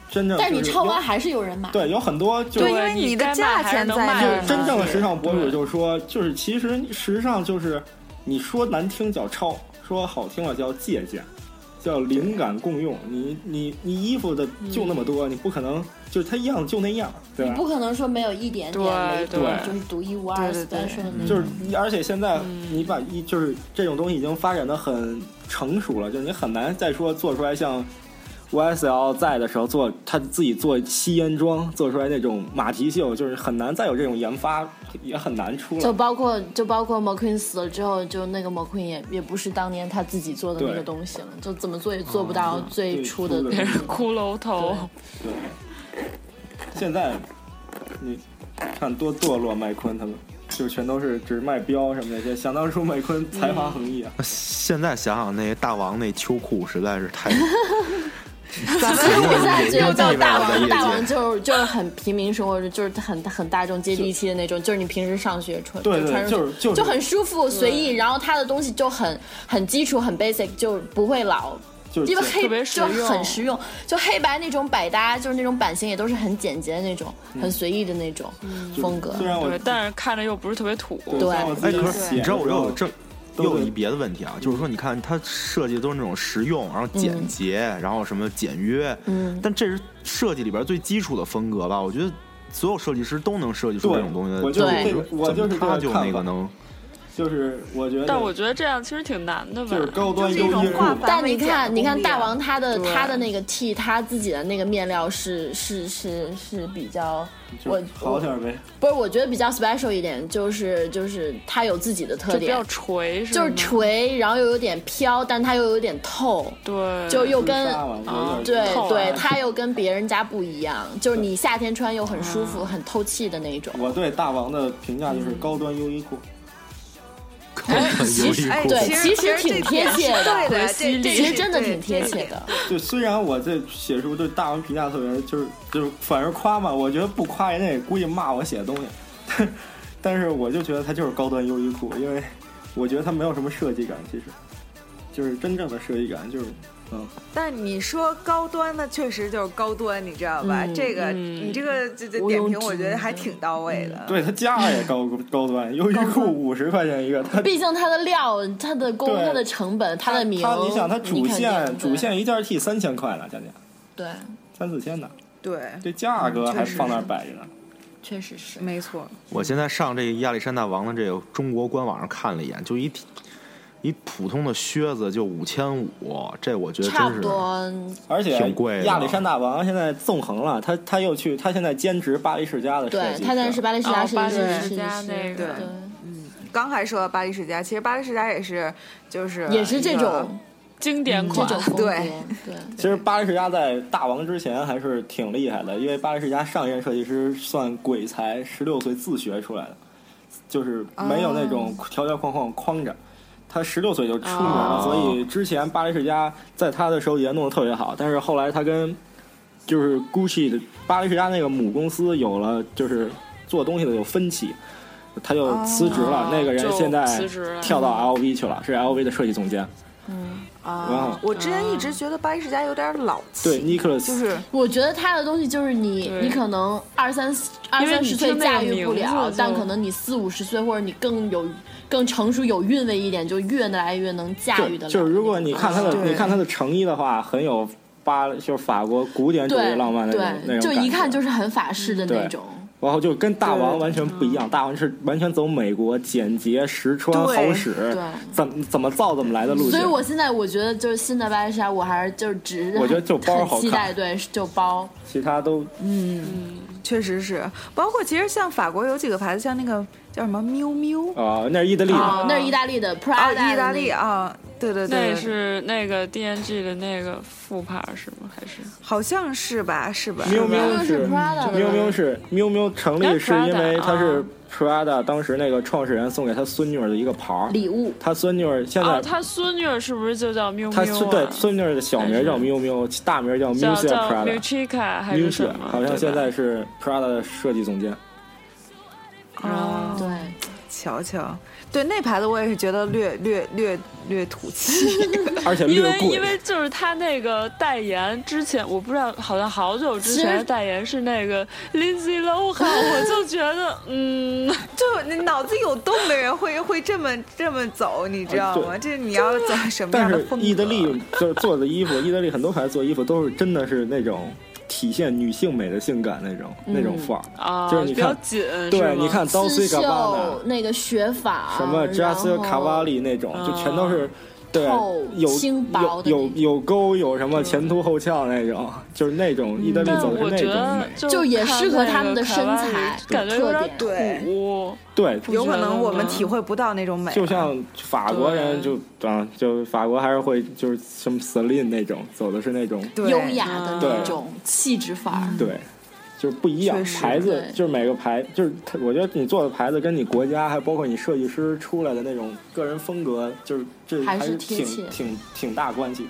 Speaker 6: 真正
Speaker 5: 但是你
Speaker 6: 就是
Speaker 5: 抄啊
Speaker 6: 有
Speaker 5: 完还是有人买。
Speaker 6: 对有很多就
Speaker 2: 对，
Speaker 6: 是
Speaker 2: 因
Speaker 4: 对
Speaker 2: 为
Speaker 4: 你
Speaker 2: 的
Speaker 4: 该
Speaker 2: 价
Speaker 4: 卖还是
Speaker 2: 钱
Speaker 4: 能
Speaker 2: 在
Speaker 4: 卖
Speaker 2: 那
Speaker 4: 的
Speaker 2: 儿
Speaker 6: 真正的
Speaker 4: 是
Speaker 6: 时尚博主
Speaker 4: 对
Speaker 6: 就说，就是其实时尚就是你说难听叫抄，说好听了叫借鉴，叫灵感共用。你你你衣服的就那么多，
Speaker 5: 嗯
Speaker 6: 你不可能就是它一样就那样，对
Speaker 5: 你
Speaker 6: 吧？
Speaker 5: 不可能说没有一点点
Speaker 4: 对
Speaker 5: 雷同
Speaker 4: 对
Speaker 5: 就是独一无二、
Speaker 2: 对对对
Speaker 5: special 的那
Speaker 6: 就
Speaker 5: 种。
Speaker 6: 是，而且现在
Speaker 5: 嗯
Speaker 6: 你把一就是这种东西已经发展的很成熟了，就是你很难再说做出来像 YSL 在的时候做他自己做吸烟装，做出来那种马蹄袖，就是很难再有这种研发，也很难出
Speaker 5: 就
Speaker 6: 了。
Speaker 5: 包括就包括 McQueen 死了之后，就那个 McQueen 也也不是当年他自己做的那个
Speaker 6: 对
Speaker 5: 东西了，就怎么做也做不到最
Speaker 6: 最
Speaker 5: 初
Speaker 6: 初
Speaker 5: 的
Speaker 6: 的
Speaker 5: 东
Speaker 6: 那
Speaker 5: 西
Speaker 4: 别。人骷髅头，
Speaker 6: 对，现在你看多堕落，麦昆他们就全都是只卖标什么那些。想当初麦昆才
Speaker 5: 嗯
Speaker 6: 华横溢啊，
Speaker 3: 现在想想，那个大王那秋裤实在是太……
Speaker 5: 咱们现在觉得
Speaker 3: 地位
Speaker 5: 大
Speaker 3: 了，在业
Speaker 5: 王，大王
Speaker 3: 界。
Speaker 5: 就是就是很平民生活，就是很很大众接地气的那种，就是你平时上学穿
Speaker 6: 对对
Speaker 5: 穿上
Speaker 6: 就是就是
Speaker 5: 就很舒服随意，然后他的东西就很很基础很 basic，就不会老。
Speaker 6: 就是
Speaker 5: 因为
Speaker 4: 特
Speaker 5: 黑
Speaker 4: 别
Speaker 5: 就
Speaker 4: 实用
Speaker 5: 很实用，就黑白那种百搭，就是那种版型也都是很简洁的那种，很随意的那种风格。
Speaker 6: 虽然我
Speaker 4: 对，但是看着又不是特别土。
Speaker 5: 对
Speaker 6: 虽然我自
Speaker 3: 哎，
Speaker 6: 己
Speaker 3: 可
Speaker 6: 写
Speaker 3: 是
Speaker 6: 的
Speaker 3: 你知道我
Speaker 6: 时候
Speaker 3: 又有这
Speaker 6: 都
Speaker 3: 又有
Speaker 6: 是
Speaker 3: 一别的问题啊，就是说，你看它设计的都是那种实用，然后
Speaker 6: 嗯
Speaker 3: 简洁，然后什么简约，
Speaker 5: 嗯
Speaker 3: 但这是设计里边最基础的风格吧？我觉得所有设计师都能设计出这种东西的，
Speaker 6: 我
Speaker 3: 就
Speaker 6: 就是
Speaker 5: 对
Speaker 6: 这我就
Speaker 3: 怎么
Speaker 6: 是这个
Speaker 3: 他就那
Speaker 6: 看法
Speaker 3: 个 能。
Speaker 6: 就是我觉得，
Speaker 4: 但我觉得这样其实挺难的吧
Speaker 6: 就。是高端
Speaker 2: 这
Speaker 6: 优
Speaker 2: 种
Speaker 6: 衣库
Speaker 2: 画法
Speaker 5: 但
Speaker 2: 没
Speaker 5: 你
Speaker 2: 见过
Speaker 5: 看，你看
Speaker 2: 攻略
Speaker 5: 大王他的
Speaker 4: 对
Speaker 5: 他的那个 T，他自己的那个面料是是是是比较，我
Speaker 6: 就好点儿呗。
Speaker 5: 不是，我觉得比较 special 一点，就是就是它有自己的特
Speaker 4: 就比较
Speaker 5: 点，
Speaker 4: 垂是
Speaker 5: 就
Speaker 4: 吗？
Speaker 5: 是垂，然后又有点飘，但它又有点透，
Speaker 4: 对，
Speaker 5: 就又
Speaker 6: 自
Speaker 5: 跟
Speaker 6: 杀了有点
Speaker 4: 啊
Speaker 5: 对
Speaker 4: 嗯透啊
Speaker 5: 对，它又跟别人家不一样，就是你夏天穿又很舒服、很透气的那种。
Speaker 6: 我对大王的评价就是高端优衣库，
Speaker 3: 优衣
Speaker 2: 哎
Speaker 3: 库，
Speaker 5: 对，
Speaker 2: 其实
Speaker 5: 其
Speaker 2: 其实
Speaker 5: 挺
Speaker 2: 这
Speaker 5: 贴
Speaker 2: 点
Speaker 5: 切
Speaker 2: 是对
Speaker 5: 的，
Speaker 2: 的
Speaker 4: 和
Speaker 2: 这
Speaker 4: 犀利
Speaker 2: 嗯这
Speaker 5: 其实
Speaker 2: 是
Speaker 5: 真的
Speaker 2: 对
Speaker 5: 挺贴
Speaker 2: 这
Speaker 5: 切
Speaker 2: 点
Speaker 5: 的。
Speaker 6: 就虽然我这写书对大王评价特别，就是就是反而夸嘛，我觉得不夸人家也估计骂我写的东西， 但但是我就觉得他就是高端优衣库，因为我觉得他没有什么设计感，其实就是真正的设计感就是嗯，
Speaker 8: 但你说高端呢，确实就是高端，你知道吧？
Speaker 5: 嗯
Speaker 8: 这个
Speaker 4: 嗯
Speaker 8: 你这个这这
Speaker 5: 毋庸
Speaker 8: 点评，
Speaker 5: 置疑嗯
Speaker 8: 我觉得还挺到位的。
Speaker 6: 对他价也高高端，优衣库五十块钱一个，他
Speaker 5: 毕竟它的料、它的工、
Speaker 6: 对
Speaker 5: 它的成本、它的名，
Speaker 6: 他你想他主
Speaker 5: 肯定
Speaker 6: 线
Speaker 5: 对
Speaker 6: 主线一件 T 三千块呢，将近
Speaker 5: 对，
Speaker 6: 三四千呢，
Speaker 8: 对，
Speaker 6: 这价
Speaker 5: 嗯
Speaker 6: 格还
Speaker 8: 确实
Speaker 6: 放那儿摆着呢。
Speaker 5: 确实是。
Speaker 8: 没错。
Speaker 3: 我现在上这个亚历山大王的这个中国官网上看了一眼，就一一普通的靴子就五千五，这我觉得
Speaker 5: 差
Speaker 3: 真
Speaker 5: 不
Speaker 3: 是
Speaker 5: 多，
Speaker 6: 而且
Speaker 3: 挺贵的
Speaker 6: 亚历山大王现在纵横了，他他又去，他现在兼职巴黎世家的设
Speaker 5: 对
Speaker 6: 计师。
Speaker 5: 他但是巴黎世
Speaker 4: 哦
Speaker 5: 家是
Speaker 4: 巴
Speaker 5: 一
Speaker 4: 黎
Speaker 5: 个
Speaker 4: 世家
Speaker 5: 是
Speaker 4: 那
Speaker 5: 对
Speaker 4: 个
Speaker 8: 刚还说到巴黎世家，其实巴黎世家也是，就是
Speaker 5: 也是这种
Speaker 4: 经典
Speaker 5: 嗯
Speaker 6: 嗯
Speaker 5: 这
Speaker 4: 款，
Speaker 5: 种风格，
Speaker 8: 对
Speaker 5: 对，
Speaker 6: 其实巴黎世家在大王之前还是挺厉害的，因为巴黎世家上一任设计师算鬼才，十六岁自学出来的，就是没有那种条条框框框着。他十六岁就出名了，
Speaker 4: 哦
Speaker 6: 所以之前巴黎世家在他的手底下弄得特别好。但是后来他跟就是 GUCCI 的巴黎世家那个母公司有了就是做东西的有分歧，他就辞职了。那个人
Speaker 4: 哦就
Speaker 6: 现在
Speaker 4: 辞职了
Speaker 6: 跳到 LV 去了，是 LV 的设计总监。
Speaker 8: 啊
Speaker 6: 哇。
Speaker 8: 我之前一
Speaker 5: 嗯
Speaker 8: 直觉得巴黎世家有点老气，
Speaker 6: 对，Nicholas
Speaker 8: 就是
Speaker 5: 我觉得他的东西就是你，
Speaker 4: 对
Speaker 5: 你可能二三十二
Speaker 4: 因为
Speaker 5: 三
Speaker 4: 你
Speaker 5: 十岁
Speaker 4: 听那个
Speaker 5: 驾驭不了
Speaker 4: 名字，就
Speaker 5: 但可能你四五十岁或者你更有更成熟、有韵味一点，就越来越能驾驭
Speaker 6: 就
Speaker 5: 的了。
Speaker 6: 就是如果你看他的，
Speaker 8: 对
Speaker 6: 你看他的成衣的话，很有巴，就是法国古典主义
Speaker 5: 对
Speaker 6: 浪漫的那种那嗯
Speaker 5: 对，
Speaker 6: 种，
Speaker 5: 就一看就是是很法式的那种。
Speaker 6: 然后就跟大王完全不一样，大王是完全走美国简洁、实穿、
Speaker 8: 对
Speaker 6: 好使
Speaker 5: 嗯对，
Speaker 6: 怎怎么造怎么来的路
Speaker 5: 所
Speaker 6: 线
Speaker 5: 以。我现在我觉得就是新的巴黎世家，我还是就是只是
Speaker 6: 我觉得就包
Speaker 5: 很
Speaker 6: 好看
Speaker 5: 期待，对，就包。
Speaker 6: 其他都
Speaker 8: 确实是，包括其实像法国有几个牌子，像那个叫什么喵喵，
Speaker 6: 啊，那是意大利的，
Speaker 4: 嗯
Speaker 5: 哦，那是意大利的
Speaker 8: 啊，
Speaker 5: Prada，的
Speaker 8: 意大
Speaker 5: 那
Speaker 8: 利
Speaker 5: 个
Speaker 8: 啊，对对
Speaker 4: 那
Speaker 8: 对，
Speaker 4: 是那个 D N G 的那个副牌是吗？还是
Speaker 8: 好像是吧，是吧？
Speaker 6: 喵
Speaker 5: 那
Speaker 6: 喵
Speaker 5: 个
Speaker 6: 是
Speaker 5: 是 Prada 的
Speaker 6: 喵喵是喵喵成立是因为它是
Speaker 4: 啊
Speaker 6: Prada 当时那个创始人送给他孙女儿的一个牌儿，
Speaker 5: 礼物。
Speaker 6: 他孙女儿现
Speaker 5: 哦
Speaker 4: 啊，
Speaker 6: 在
Speaker 4: 他孙女儿是不是就叫喵喵
Speaker 6: 他
Speaker 4: 啊？
Speaker 6: 孙对孙女儿的小名叫喵喵，大名叫
Speaker 4: 叫
Speaker 6: Music
Speaker 4: 叫
Speaker 6: Prada。
Speaker 4: Michika 还是
Speaker 6: Miuccia，
Speaker 4: 什么？
Speaker 6: 好像现在是 Prada 的设计总监。
Speaker 4: 啊，
Speaker 5: 对，
Speaker 8: 瞧瞧，对那牌子我也是觉得略略略略土 气，
Speaker 6: 而且
Speaker 4: 因
Speaker 6: 略
Speaker 4: 为
Speaker 6: 贵
Speaker 4: 因。为就是他那个代言之前，我不知道，好像好久之前的代言是那个 Lindsay Lohan，我就觉得嗯，
Speaker 8: 就你脑子有洞的人会会这么这么走，你知道吗？
Speaker 6: 哎
Speaker 8: 这你要走什么
Speaker 6: 但
Speaker 8: 样的
Speaker 6: 是
Speaker 8: 风格？
Speaker 6: 意大利就是做的衣服，意大利很多牌子做衣服都是真的是那种体现女性美的性感那种、那种范儿。
Speaker 4: 啊，
Speaker 6: 就是你
Speaker 4: 比较
Speaker 6: 看，
Speaker 4: 紧，是吗
Speaker 6: 对，你看 d o s
Speaker 5: 刺
Speaker 6: i g a b a
Speaker 5: 绣
Speaker 6: n
Speaker 5: 那个雪纺，
Speaker 6: 什么 j a s
Speaker 5: 然
Speaker 6: c
Speaker 5: 后啊
Speaker 6: a v a l i 那种，就全都是。对
Speaker 5: 透，
Speaker 6: 有
Speaker 5: 轻薄的
Speaker 6: 有
Speaker 5: 那
Speaker 6: 有
Speaker 5: 种
Speaker 6: 有沟，有什么前凸后翘那种，就是那种意大利
Speaker 4: 嗯但
Speaker 6: 走的
Speaker 4: 我
Speaker 6: 是那
Speaker 4: 觉
Speaker 6: 种美
Speaker 4: 得。就
Speaker 5: 就也
Speaker 4: 看
Speaker 5: 适合
Speaker 4: 那个
Speaker 5: 他们的身
Speaker 4: Cavalli，
Speaker 5: 材
Speaker 4: 感觉有点
Speaker 5: 特
Speaker 8: 点
Speaker 4: 土。
Speaker 6: 对，
Speaker 8: 有可能我们
Speaker 4: 不觉得吗
Speaker 8: 体会不到那种美，
Speaker 6: 就像法国人就
Speaker 4: 对
Speaker 6: 啊，就法国还是会就是什么 Celine 那种，走的是那种
Speaker 8: 对
Speaker 5: 优雅的
Speaker 4: 嗯
Speaker 5: 那种气质范儿。
Speaker 6: 对，就是不一样
Speaker 2: 确，实
Speaker 6: 牌子
Speaker 5: 对
Speaker 6: 就是每个牌，就是它我觉得你做的牌子跟你国家，还包括你设计师出来的那种个人风格，就是这
Speaker 5: 还
Speaker 6: 还
Speaker 5: 是
Speaker 6: 是
Speaker 5: 贴
Speaker 6: 挺
Speaker 5: 切
Speaker 6: 挺挺大关系的。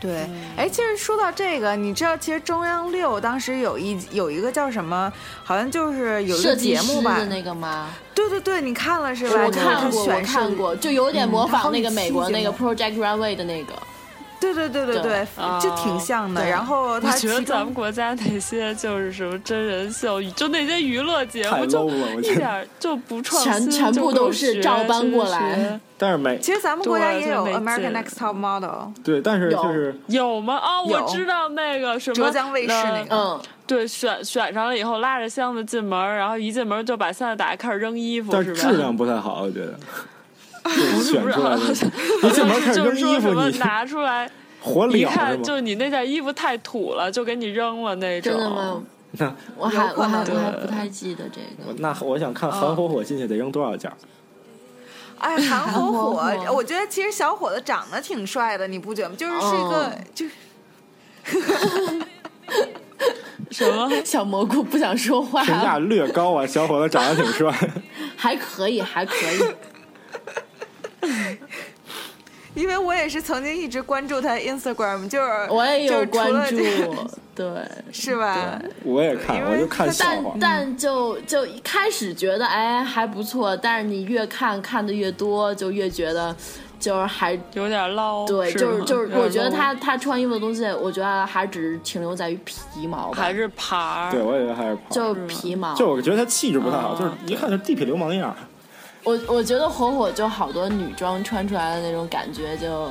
Speaker 2: 对，
Speaker 5: 嗯
Speaker 2: 哎，其实说到这个，你知道，其实中央六当时有一有一个叫什么，好像就是有一
Speaker 5: 设
Speaker 2: 个
Speaker 5: 计
Speaker 2: 节
Speaker 5: 师
Speaker 2: 目吧
Speaker 5: 的？那个吗？
Speaker 2: 对对对，你看了是吧？
Speaker 5: 我
Speaker 2: 就是
Speaker 5: 看
Speaker 2: 他
Speaker 5: 过，我
Speaker 2: 选设
Speaker 5: 看
Speaker 2: 计。
Speaker 5: 过，就有点模
Speaker 2: 嗯他好
Speaker 5: 仿
Speaker 2: 几
Speaker 5: 那个美国
Speaker 2: 期节
Speaker 5: 那个
Speaker 2: 目
Speaker 5: Project Runway 的那个。
Speaker 2: 对对对对
Speaker 5: 对哦
Speaker 2: 对，就挺像的。
Speaker 5: 对
Speaker 2: 然后
Speaker 4: 我
Speaker 2: 他
Speaker 4: 觉得
Speaker 2: 其
Speaker 4: 咱
Speaker 2: 中
Speaker 4: 们国家那些就是什么真人秀，就那些娱乐节
Speaker 6: 太
Speaker 4: 目，就
Speaker 6: low 了我觉得
Speaker 4: 一点儿就不创新，
Speaker 5: 全全部
Speaker 4: 就给我
Speaker 5: 都是
Speaker 4: 学
Speaker 5: 照搬过来。
Speaker 4: 真是
Speaker 6: 但是每
Speaker 2: 其实咱们国
Speaker 4: 对
Speaker 2: 家也
Speaker 4: 就
Speaker 2: 有
Speaker 4: 没劲
Speaker 2: American Next Top Model，
Speaker 6: 对，但是
Speaker 5: 有
Speaker 6: 就是
Speaker 4: 有吗？哦，我
Speaker 2: 有
Speaker 4: 知道那个什么呃
Speaker 2: 浙江卫视那个。
Speaker 5: 嗯，
Speaker 4: 对，选选上了以后拉着箱子进门，然后一进门就把箱子打开开始扔衣服，
Speaker 6: 但
Speaker 4: 是
Speaker 6: 是
Speaker 4: 吧？
Speaker 6: 质量不太好，我觉得。不
Speaker 4: 是
Speaker 6: 选
Speaker 4: 不是
Speaker 6: 出来的
Speaker 4: 好像，
Speaker 6: 你进门
Speaker 4: 就
Speaker 6: 开
Speaker 4: 是
Speaker 6: 始
Speaker 4: 就是
Speaker 6: 扔
Speaker 4: 说
Speaker 6: 衣
Speaker 4: 什
Speaker 6: 服，
Speaker 4: 么
Speaker 6: 你
Speaker 4: 拿出来
Speaker 6: 火
Speaker 4: 一
Speaker 6: 了是
Speaker 4: 看，
Speaker 6: 吗？
Speaker 4: 就你那件衣服太土了，就给你扔了那种。
Speaker 5: 真的吗？
Speaker 6: 那
Speaker 5: 哦我还
Speaker 2: 有
Speaker 5: 我
Speaker 2: 可
Speaker 5: 还
Speaker 2: 能
Speaker 5: 我还不太记得这个。
Speaker 6: 那我想
Speaker 4: 哦
Speaker 6: 看韩火火进去得扔多少件儿？
Speaker 2: 哎，韩火
Speaker 5: 韩火火
Speaker 2: 火，我觉得其实小伙子长得挺帅的，你不觉得吗？就是是一个
Speaker 5: 嗯
Speaker 2: 就是
Speaker 4: 什么？
Speaker 5: 小蘑菇不想说话，
Speaker 6: 评价略高啊，小伙子长得挺帅。
Speaker 5: 还可以，还可以。
Speaker 2: 因为我也是曾经一直关注他 Instagram，就是
Speaker 5: 我也
Speaker 2: 就
Speaker 5: 有
Speaker 2: 是除
Speaker 5: 关
Speaker 2: 了
Speaker 5: 注
Speaker 2: 这个，
Speaker 5: 对。
Speaker 2: 是吧？
Speaker 6: 我也看，
Speaker 2: 因为
Speaker 6: 我就看笑
Speaker 5: 但。
Speaker 6: 话
Speaker 4: 嗯
Speaker 5: 但就就一开始觉得哎还不错，但是你越看看的越多，就越觉得就是还
Speaker 4: 有点捞。
Speaker 5: 对，就是
Speaker 4: 吗嗯
Speaker 5: 就是，
Speaker 4: 有点
Speaker 5: 我觉得
Speaker 4: 捞
Speaker 5: 他他穿衣服的东西，我觉得还只是停留在于皮毛吧，
Speaker 4: 还是牌儿。
Speaker 6: 对，我以为还是跑。
Speaker 5: 就是皮毛。
Speaker 6: 就我觉得他气质不太好，
Speaker 4: 啊
Speaker 6: 就是一看就地痞流氓那样儿。
Speaker 5: 我我觉得火火就好多女装穿出来的那种感觉就，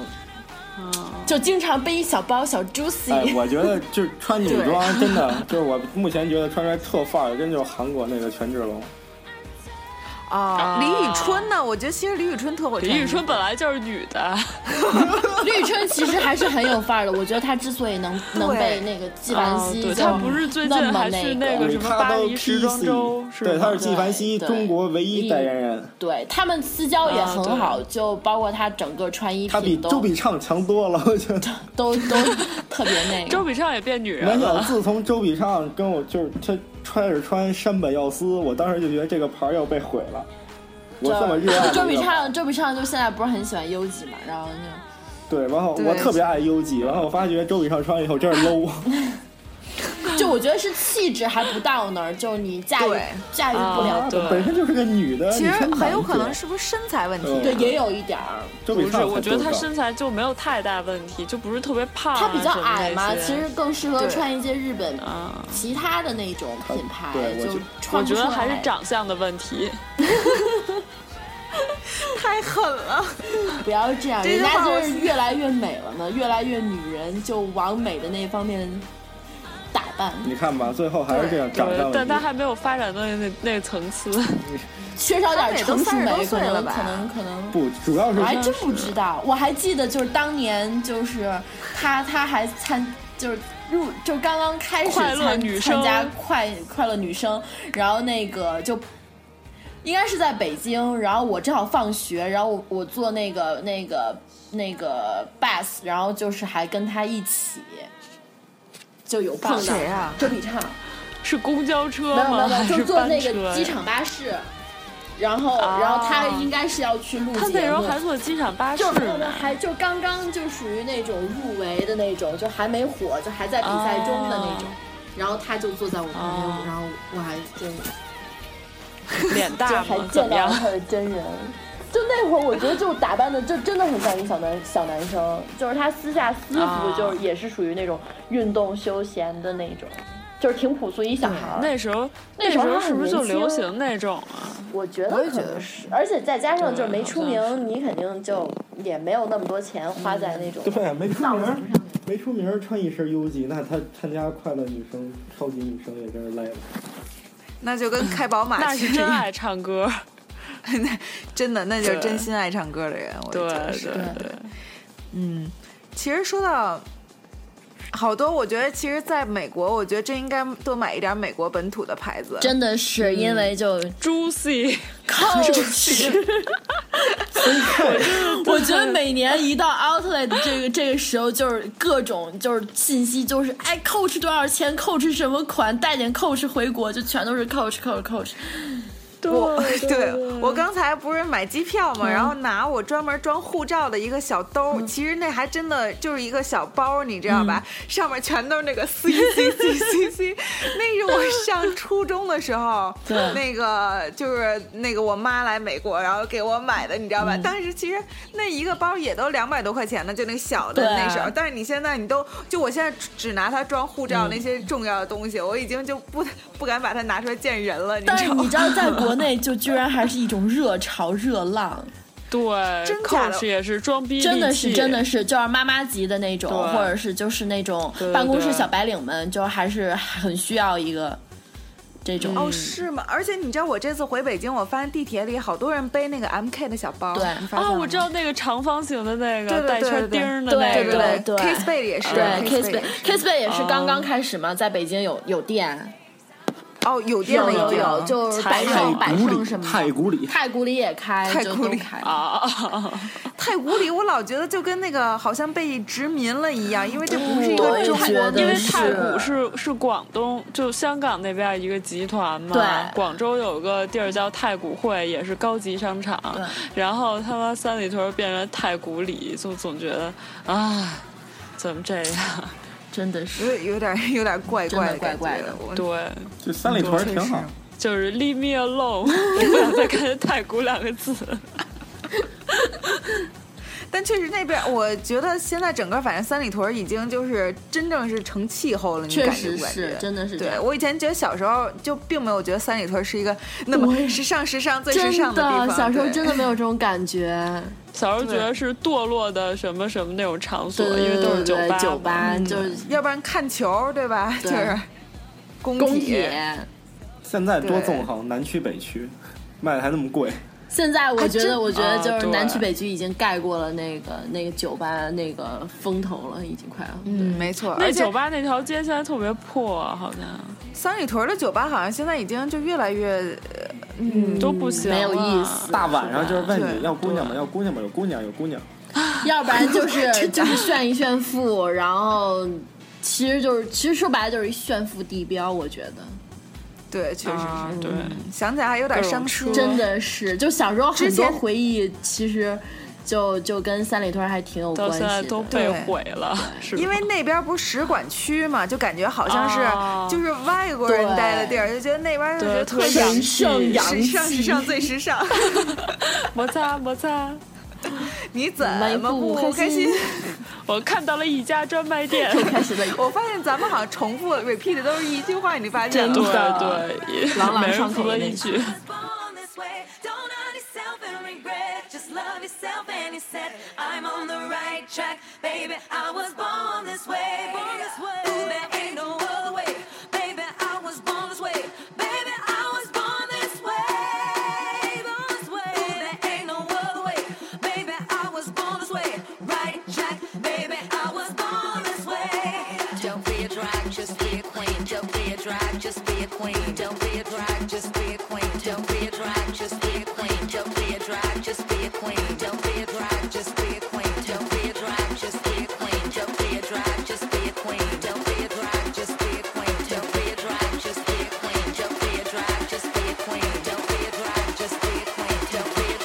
Speaker 4: 嗯
Speaker 5: 就经常背一小包小 juicy，、
Speaker 6: 哎，我觉得就是穿女装真的，就是我目前觉得穿出来特范儿，真就是韩国那个权志龙。
Speaker 2: 啊，李宇春呢？我觉得其实李宇春特会穿
Speaker 4: 李宇春本来就是女的，
Speaker 5: 绿春其实还是很有范儿的。我觉得她之所以能能被那个纪梵
Speaker 4: 啊
Speaker 5: 希
Speaker 4: 对
Speaker 5: 就么那个，
Speaker 4: 她不是最近还去那个
Speaker 6: 对
Speaker 4: 什么
Speaker 6: 他
Speaker 4: 巴
Speaker 6: 都
Speaker 4: 黎时装
Speaker 6: PC
Speaker 4: 周是
Speaker 6: 对，
Speaker 4: 吗
Speaker 6: 他是纪梵希
Speaker 5: 对对
Speaker 6: 中国唯一代言人，
Speaker 5: 对他们私交也很好，就包括她整个穿衣
Speaker 6: 啊他比
Speaker 5: 品都
Speaker 6: 周笔畅强多了，我觉得。
Speaker 5: 都都特别 那
Speaker 4: 周
Speaker 5: 个。
Speaker 4: 笔畅也变女人
Speaker 6: 没有，
Speaker 4: 了。
Speaker 6: 自从周笔畅跟我就是他穿着穿山本耀司，我当时就觉得这个牌儿要被毁了。我这么热爱
Speaker 5: 周
Speaker 6: 的
Speaker 5: 笔
Speaker 6: 一个牌儿
Speaker 5: 畅，周笔畅就现在不是很喜欢优己嘛，然后就
Speaker 6: 对，然后我特别爱优记，然后我发觉周笔畅穿了以后 真是 low，
Speaker 5: 就我觉得是气质还不到那儿，就你驾驭
Speaker 2: 对
Speaker 5: 驾驭不了
Speaker 4: 啊。对
Speaker 6: 本身就是个女的，
Speaker 2: 其实
Speaker 6: 你穿
Speaker 2: 很有
Speaker 6: 男
Speaker 2: 可能
Speaker 6: 的
Speaker 2: 是不是身材问题？啊
Speaker 6: 嗯
Speaker 5: 对，也有一点儿。
Speaker 6: 周
Speaker 4: 不
Speaker 6: 笔
Speaker 4: 是，
Speaker 6: 畅，
Speaker 4: 我觉得她。身材就没有太大问题，就不是特别胖啊什
Speaker 5: 她
Speaker 4: 么那
Speaker 5: 比
Speaker 4: 些。
Speaker 5: 较矮嘛，其实更适合
Speaker 2: 对
Speaker 5: 穿一些日本
Speaker 4: 啊，
Speaker 5: 其他的那种品牌
Speaker 6: 对，我
Speaker 5: 就
Speaker 6: 觉
Speaker 5: 穿
Speaker 4: 我
Speaker 5: 不
Speaker 4: 觉
Speaker 5: 出来。
Speaker 4: 得还是长相的问题。
Speaker 2: 太狠了！
Speaker 5: 不要这样，
Speaker 2: 这句
Speaker 5: 人家
Speaker 2: 话
Speaker 5: 就
Speaker 2: 我
Speaker 5: 是越来越美了呢，越来越女人，就往美的那方面打扮，
Speaker 6: 你看吧，最后还是这样长
Speaker 4: 对
Speaker 6: 相，
Speaker 4: 但
Speaker 6: 问题
Speaker 4: 她。还没有发展到那那层次。
Speaker 5: 缺少
Speaker 2: 她们
Speaker 5: 点
Speaker 2: 也都
Speaker 5: 成熟
Speaker 2: 32
Speaker 5: 美，可
Speaker 2: 岁了
Speaker 5: 能
Speaker 2: 吧
Speaker 5: 可能可能。
Speaker 6: 不，主要是
Speaker 2: 哎
Speaker 5: 我还真不知道，我还记得就是当年就是她她还参就是入就刚刚开始
Speaker 4: 快
Speaker 5: 参
Speaker 4: 乐女生
Speaker 5: 参加快快乐女生，然后那个就。应该是在北京，然后我正好放学，然后我我坐那个那个那个 bus，然后就是还跟她一起，就有碰到
Speaker 2: 谁啊
Speaker 5: 周笔畅，
Speaker 4: 是公交车
Speaker 5: 没有没
Speaker 4: 吗？
Speaker 5: 有没
Speaker 4: 还
Speaker 5: 有，就是坐
Speaker 4: 班
Speaker 5: 那
Speaker 4: 车
Speaker 5: 个
Speaker 4: 呀？
Speaker 5: 机场巴士，然后、
Speaker 4: 啊
Speaker 5: 然后她应该是要去录节
Speaker 4: 他
Speaker 5: 目，
Speaker 4: 那时候还坐机场巴士
Speaker 5: 就我们
Speaker 4: 呢。
Speaker 5: 还就刚刚就属于那种入围的那种，就还没火，就还在比赛中的那种。然后他就坐在我旁边，
Speaker 4: 哦
Speaker 5: 然后我还真
Speaker 4: 脸
Speaker 5: 就
Speaker 4: 大
Speaker 5: 还
Speaker 4: 吗？怎
Speaker 5: 见
Speaker 4: 么
Speaker 5: 到
Speaker 4: 样
Speaker 5: 了？他的真人。就那会儿，我觉得就打扮的就真的很像一小男小男生，就是他私下私服
Speaker 4: 啊
Speaker 5: 就是也是属于那种运动休闲的那种，就是挺朴素一小孩儿。
Speaker 4: 那时候
Speaker 5: 那
Speaker 4: 时
Speaker 5: 时候
Speaker 4: 候
Speaker 5: 还
Speaker 4: 是不是就
Speaker 5: 很年轻
Speaker 4: 流行那种 啊？
Speaker 5: 我觉得
Speaker 2: 我也
Speaker 5: 可
Speaker 2: 觉得
Speaker 5: 能是，而且再加上就是嗯没
Speaker 4: 对
Speaker 5: 出
Speaker 4: 好像是
Speaker 5: 名，你肯定就也没有那么多钱花在那种
Speaker 6: 对，没出名儿，没出名儿穿一身 U G，那他参加快乐女生、超级女生也真是累了。
Speaker 2: 那就跟开宝马
Speaker 4: 那
Speaker 2: 去
Speaker 4: 是真爱唱歌，
Speaker 5: 啊
Speaker 2: 真的，那就是
Speaker 4: 对
Speaker 2: 真心爱唱歌的人。我
Speaker 4: 对
Speaker 2: 觉得
Speaker 4: 对
Speaker 2: 是。
Speaker 4: 对，
Speaker 2: 嗯，其实说到好多，我觉得其实在美国，我觉得真应该多买一点美国本土的牌子。
Speaker 5: 嗯真的是因为就
Speaker 4: 朱 u
Speaker 5: 靠 u c 我觉得每年一到 outlet 这个这个时候，就是各种就是信息，就是哎，coach 多少钱，coach 什么款，带点 coach 回国，就全都是 coach coach coach。
Speaker 4: 对
Speaker 2: 我
Speaker 4: 对
Speaker 2: 对我刚才不是买机票嘛，
Speaker 5: 嗯
Speaker 2: 然后拿我专门装护照的一个小兜，其实那还真的就是一个小包，你知道吧？
Speaker 5: 嗯
Speaker 2: 上面全都是那个 C C C C C，那是我上初中的时 候，那个就是那个我妈来美国，然后给我买的，你知道
Speaker 5: 嗯
Speaker 2: 吧？当时其实那一个包也都两百多块钱呢，就那个小的
Speaker 5: 对啊
Speaker 2: 那时候，但是你现在你都就我现在只拿它装护
Speaker 5: 嗯
Speaker 2: 照那些重要的东西，我已经就不不敢把它拿出来见人了，你
Speaker 5: 但
Speaker 2: 知
Speaker 5: 是
Speaker 2: 道吗
Speaker 5: 你？知道，在国内就居然还是一种热潮热浪，
Speaker 4: 对，
Speaker 2: 真假的
Speaker 4: coach 也是装逼利器，
Speaker 5: 真的是真的是就是妈妈级的那种，
Speaker 4: 对
Speaker 5: 或者是就是那种
Speaker 4: 对对
Speaker 5: 办公室
Speaker 4: 对
Speaker 5: 小白领们，就还是很需要一个这种。
Speaker 2: 哦，是吗？而且你知道，我这次回北京，我发现地铁里好多人背那个 MK 的小包，
Speaker 5: 对
Speaker 2: 你发现
Speaker 4: 啊，
Speaker 2: 了吗
Speaker 4: 我知道那个长方形的那
Speaker 2: 对
Speaker 4: 个
Speaker 2: 对
Speaker 4: 带
Speaker 2: 对
Speaker 4: 圈钉儿的
Speaker 5: 对
Speaker 4: 那
Speaker 2: 对
Speaker 4: 个，
Speaker 2: 对对
Speaker 5: 对
Speaker 2: ，Case Bay 也是，
Speaker 5: 对
Speaker 2: Case
Speaker 5: ，Kiss
Speaker 2: Bay
Speaker 5: Bay Kiss Bay 也是刚刚开始嘛，在北京有有店，
Speaker 2: 哦，有店了已
Speaker 5: 有
Speaker 2: 经，
Speaker 5: 有，就是百
Speaker 4: 才
Speaker 5: 盛
Speaker 4: 有
Speaker 5: 百
Speaker 6: 古
Speaker 5: 盛
Speaker 6: 里
Speaker 5: 什么的，
Speaker 6: 太古里，
Speaker 5: 太古里也开，
Speaker 2: 太
Speaker 5: 就
Speaker 2: 古
Speaker 5: 都
Speaker 2: 里
Speaker 5: 开。
Speaker 4: 啊，啊
Speaker 2: 太古里，我老觉得就跟那个好像被殖民了一样，因为这不是一
Speaker 5: 我
Speaker 2: 个
Speaker 5: 也
Speaker 2: 中
Speaker 5: 觉
Speaker 2: 国
Speaker 5: 得
Speaker 4: 因为
Speaker 5: 是
Speaker 4: 太古是是广东，就香港那边一个集团嘛。
Speaker 5: 对
Speaker 4: 广州有个地儿叫太古汇，也是高级商场。然后他妈三里屯变成太古里，就总觉得，唉，怎么这样？
Speaker 5: 真的是。
Speaker 2: 有有点有点怪怪
Speaker 5: 真的怪
Speaker 2: 的
Speaker 5: 怪的
Speaker 2: 感觉，我
Speaker 4: 对，
Speaker 6: 就三里屯
Speaker 4: 嗯
Speaker 6: 儿挺好。
Speaker 4: 就是 leave me alone，不想再看见太古两个字。
Speaker 2: 但确实那边，我觉得现在整个反正三里屯已经就是真正是成气候了，你
Speaker 5: 确
Speaker 2: 感觉
Speaker 5: 实
Speaker 2: 不感
Speaker 5: 是
Speaker 2: 觉，？
Speaker 5: 真的是这
Speaker 2: 对
Speaker 5: 样。
Speaker 2: 我以前觉得小时候就并没有觉得三里屯是一个那么时尚、时尚最时尚
Speaker 5: 真
Speaker 2: 地方。
Speaker 5: 小时候
Speaker 2: 对
Speaker 5: 真的没有这种感觉，
Speaker 4: 小时候觉得是堕落的什么什么那种场所，
Speaker 5: 对对
Speaker 4: 因为都是
Speaker 5: 对对
Speaker 4: 吧。
Speaker 5: 对，酒吧就是
Speaker 2: 嗯要不然看球对吧？
Speaker 5: 对
Speaker 2: 就是工
Speaker 5: 工
Speaker 2: 体
Speaker 5: 体。
Speaker 6: 现在多
Speaker 2: 对
Speaker 6: 纵横，南区北区，卖的还那么贵。
Speaker 5: 现在我觉得，我觉得就
Speaker 4: 啊
Speaker 5: 是
Speaker 4: 对
Speaker 5: 南区北区已经盖过了那个那个酒吧那个风头了，已经快了。
Speaker 2: 嗯，没错。
Speaker 4: 那
Speaker 2: 而且
Speaker 4: 酒吧那条街现在特别破，好像
Speaker 2: 三里屯的酒吧好像现在已经就越来越，呃嗯，
Speaker 4: 都不行了，啊
Speaker 5: 没有意思
Speaker 6: 大晚上就是问
Speaker 2: 对
Speaker 6: 你要姑娘吗？要姑娘吗？有姑娘，有姑娘。
Speaker 5: 要不然就是就是炫一炫富，然后其实就是其实说白了就是一炫富地标，我觉得
Speaker 2: 对，确实是。嗯
Speaker 4: 啊，对。
Speaker 5: 嗯
Speaker 2: 想起来还有点伤
Speaker 4: 各
Speaker 2: 心
Speaker 4: 种。
Speaker 5: 真的是就小时候很
Speaker 2: 之
Speaker 5: 多
Speaker 2: 前
Speaker 5: 回忆，其实就就跟三里屯还挺有
Speaker 4: 到
Speaker 5: 关
Speaker 4: 现
Speaker 5: 系
Speaker 4: 在都
Speaker 5: 的。
Speaker 4: 被毁了，是吧
Speaker 2: 因为那边不是使馆区嘛，就感觉好像是
Speaker 4: 哦
Speaker 2: 就是外国人待的地儿，就觉得那边就觉得特
Speaker 4: 对特
Speaker 2: 别
Speaker 4: 别洋
Speaker 5: 神
Speaker 4: 气
Speaker 5: 圣洋
Speaker 2: 时尚、时
Speaker 5: 气，
Speaker 2: 尚最时尚。
Speaker 4: 摩擦摩擦，
Speaker 2: 你怎
Speaker 5: 没
Speaker 2: 么
Speaker 5: 不
Speaker 2: 不开心？
Speaker 4: 我看到了一家专卖 店，
Speaker 5: 开始了。
Speaker 2: 我发现咱们好像重复 repeat 的都是一句话，你发现了
Speaker 5: 真
Speaker 4: 对
Speaker 2: 吗？
Speaker 4: 对，
Speaker 5: 朗朗
Speaker 4: 每人
Speaker 5: 上口
Speaker 4: 服了
Speaker 5: 的那
Speaker 4: 一句，
Speaker 1: born this way. Don't hurt yourself and regret. Just love yourself and you said, I'm on the right track, baby. I was born this way. Born this way. Ooh, there ain't no other way. Baby, I was born this way. Baby, I was born this way. Born this way. Ooh, there ain't no other way. Baby, I was born this way. Right track, baby, I was born this way. Don't be a drag, just be a queen. Don't be a drag, just be a queen. Don't be a drag, just be a queen. Don't be a drag, just be a queen. Don't be a drag, just be a queen. Don't be a drag, just be a queen. Don't be a drag, just be a queen. Don't be a drag, just be a queen. Don't be a drag, just be a queen. Don't be a drag, just be a queen. Don't be a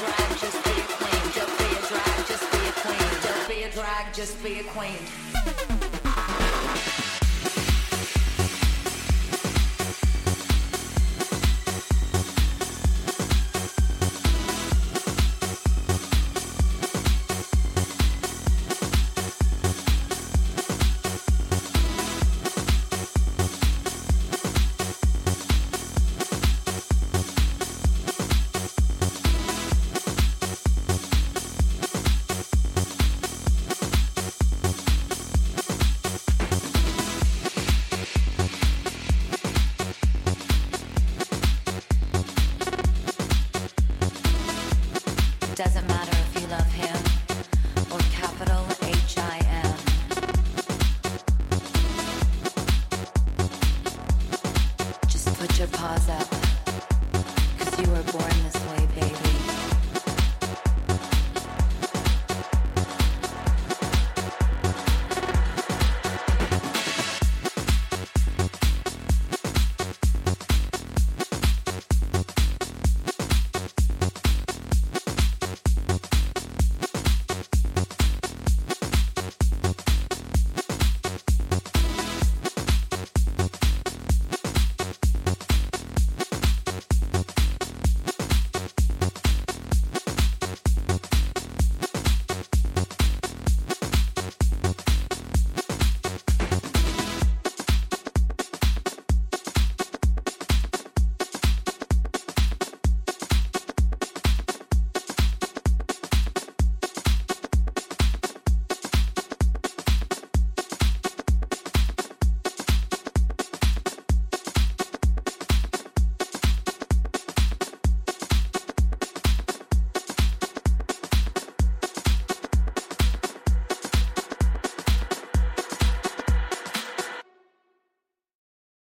Speaker 1: drag, just be a queen. Don't be a drag, just be a queen. Don't be a drag, just be a queen. Don't be a drag, just be a queen. Don't be a drag, just be a queen.
Speaker 9: 'Cause you were born this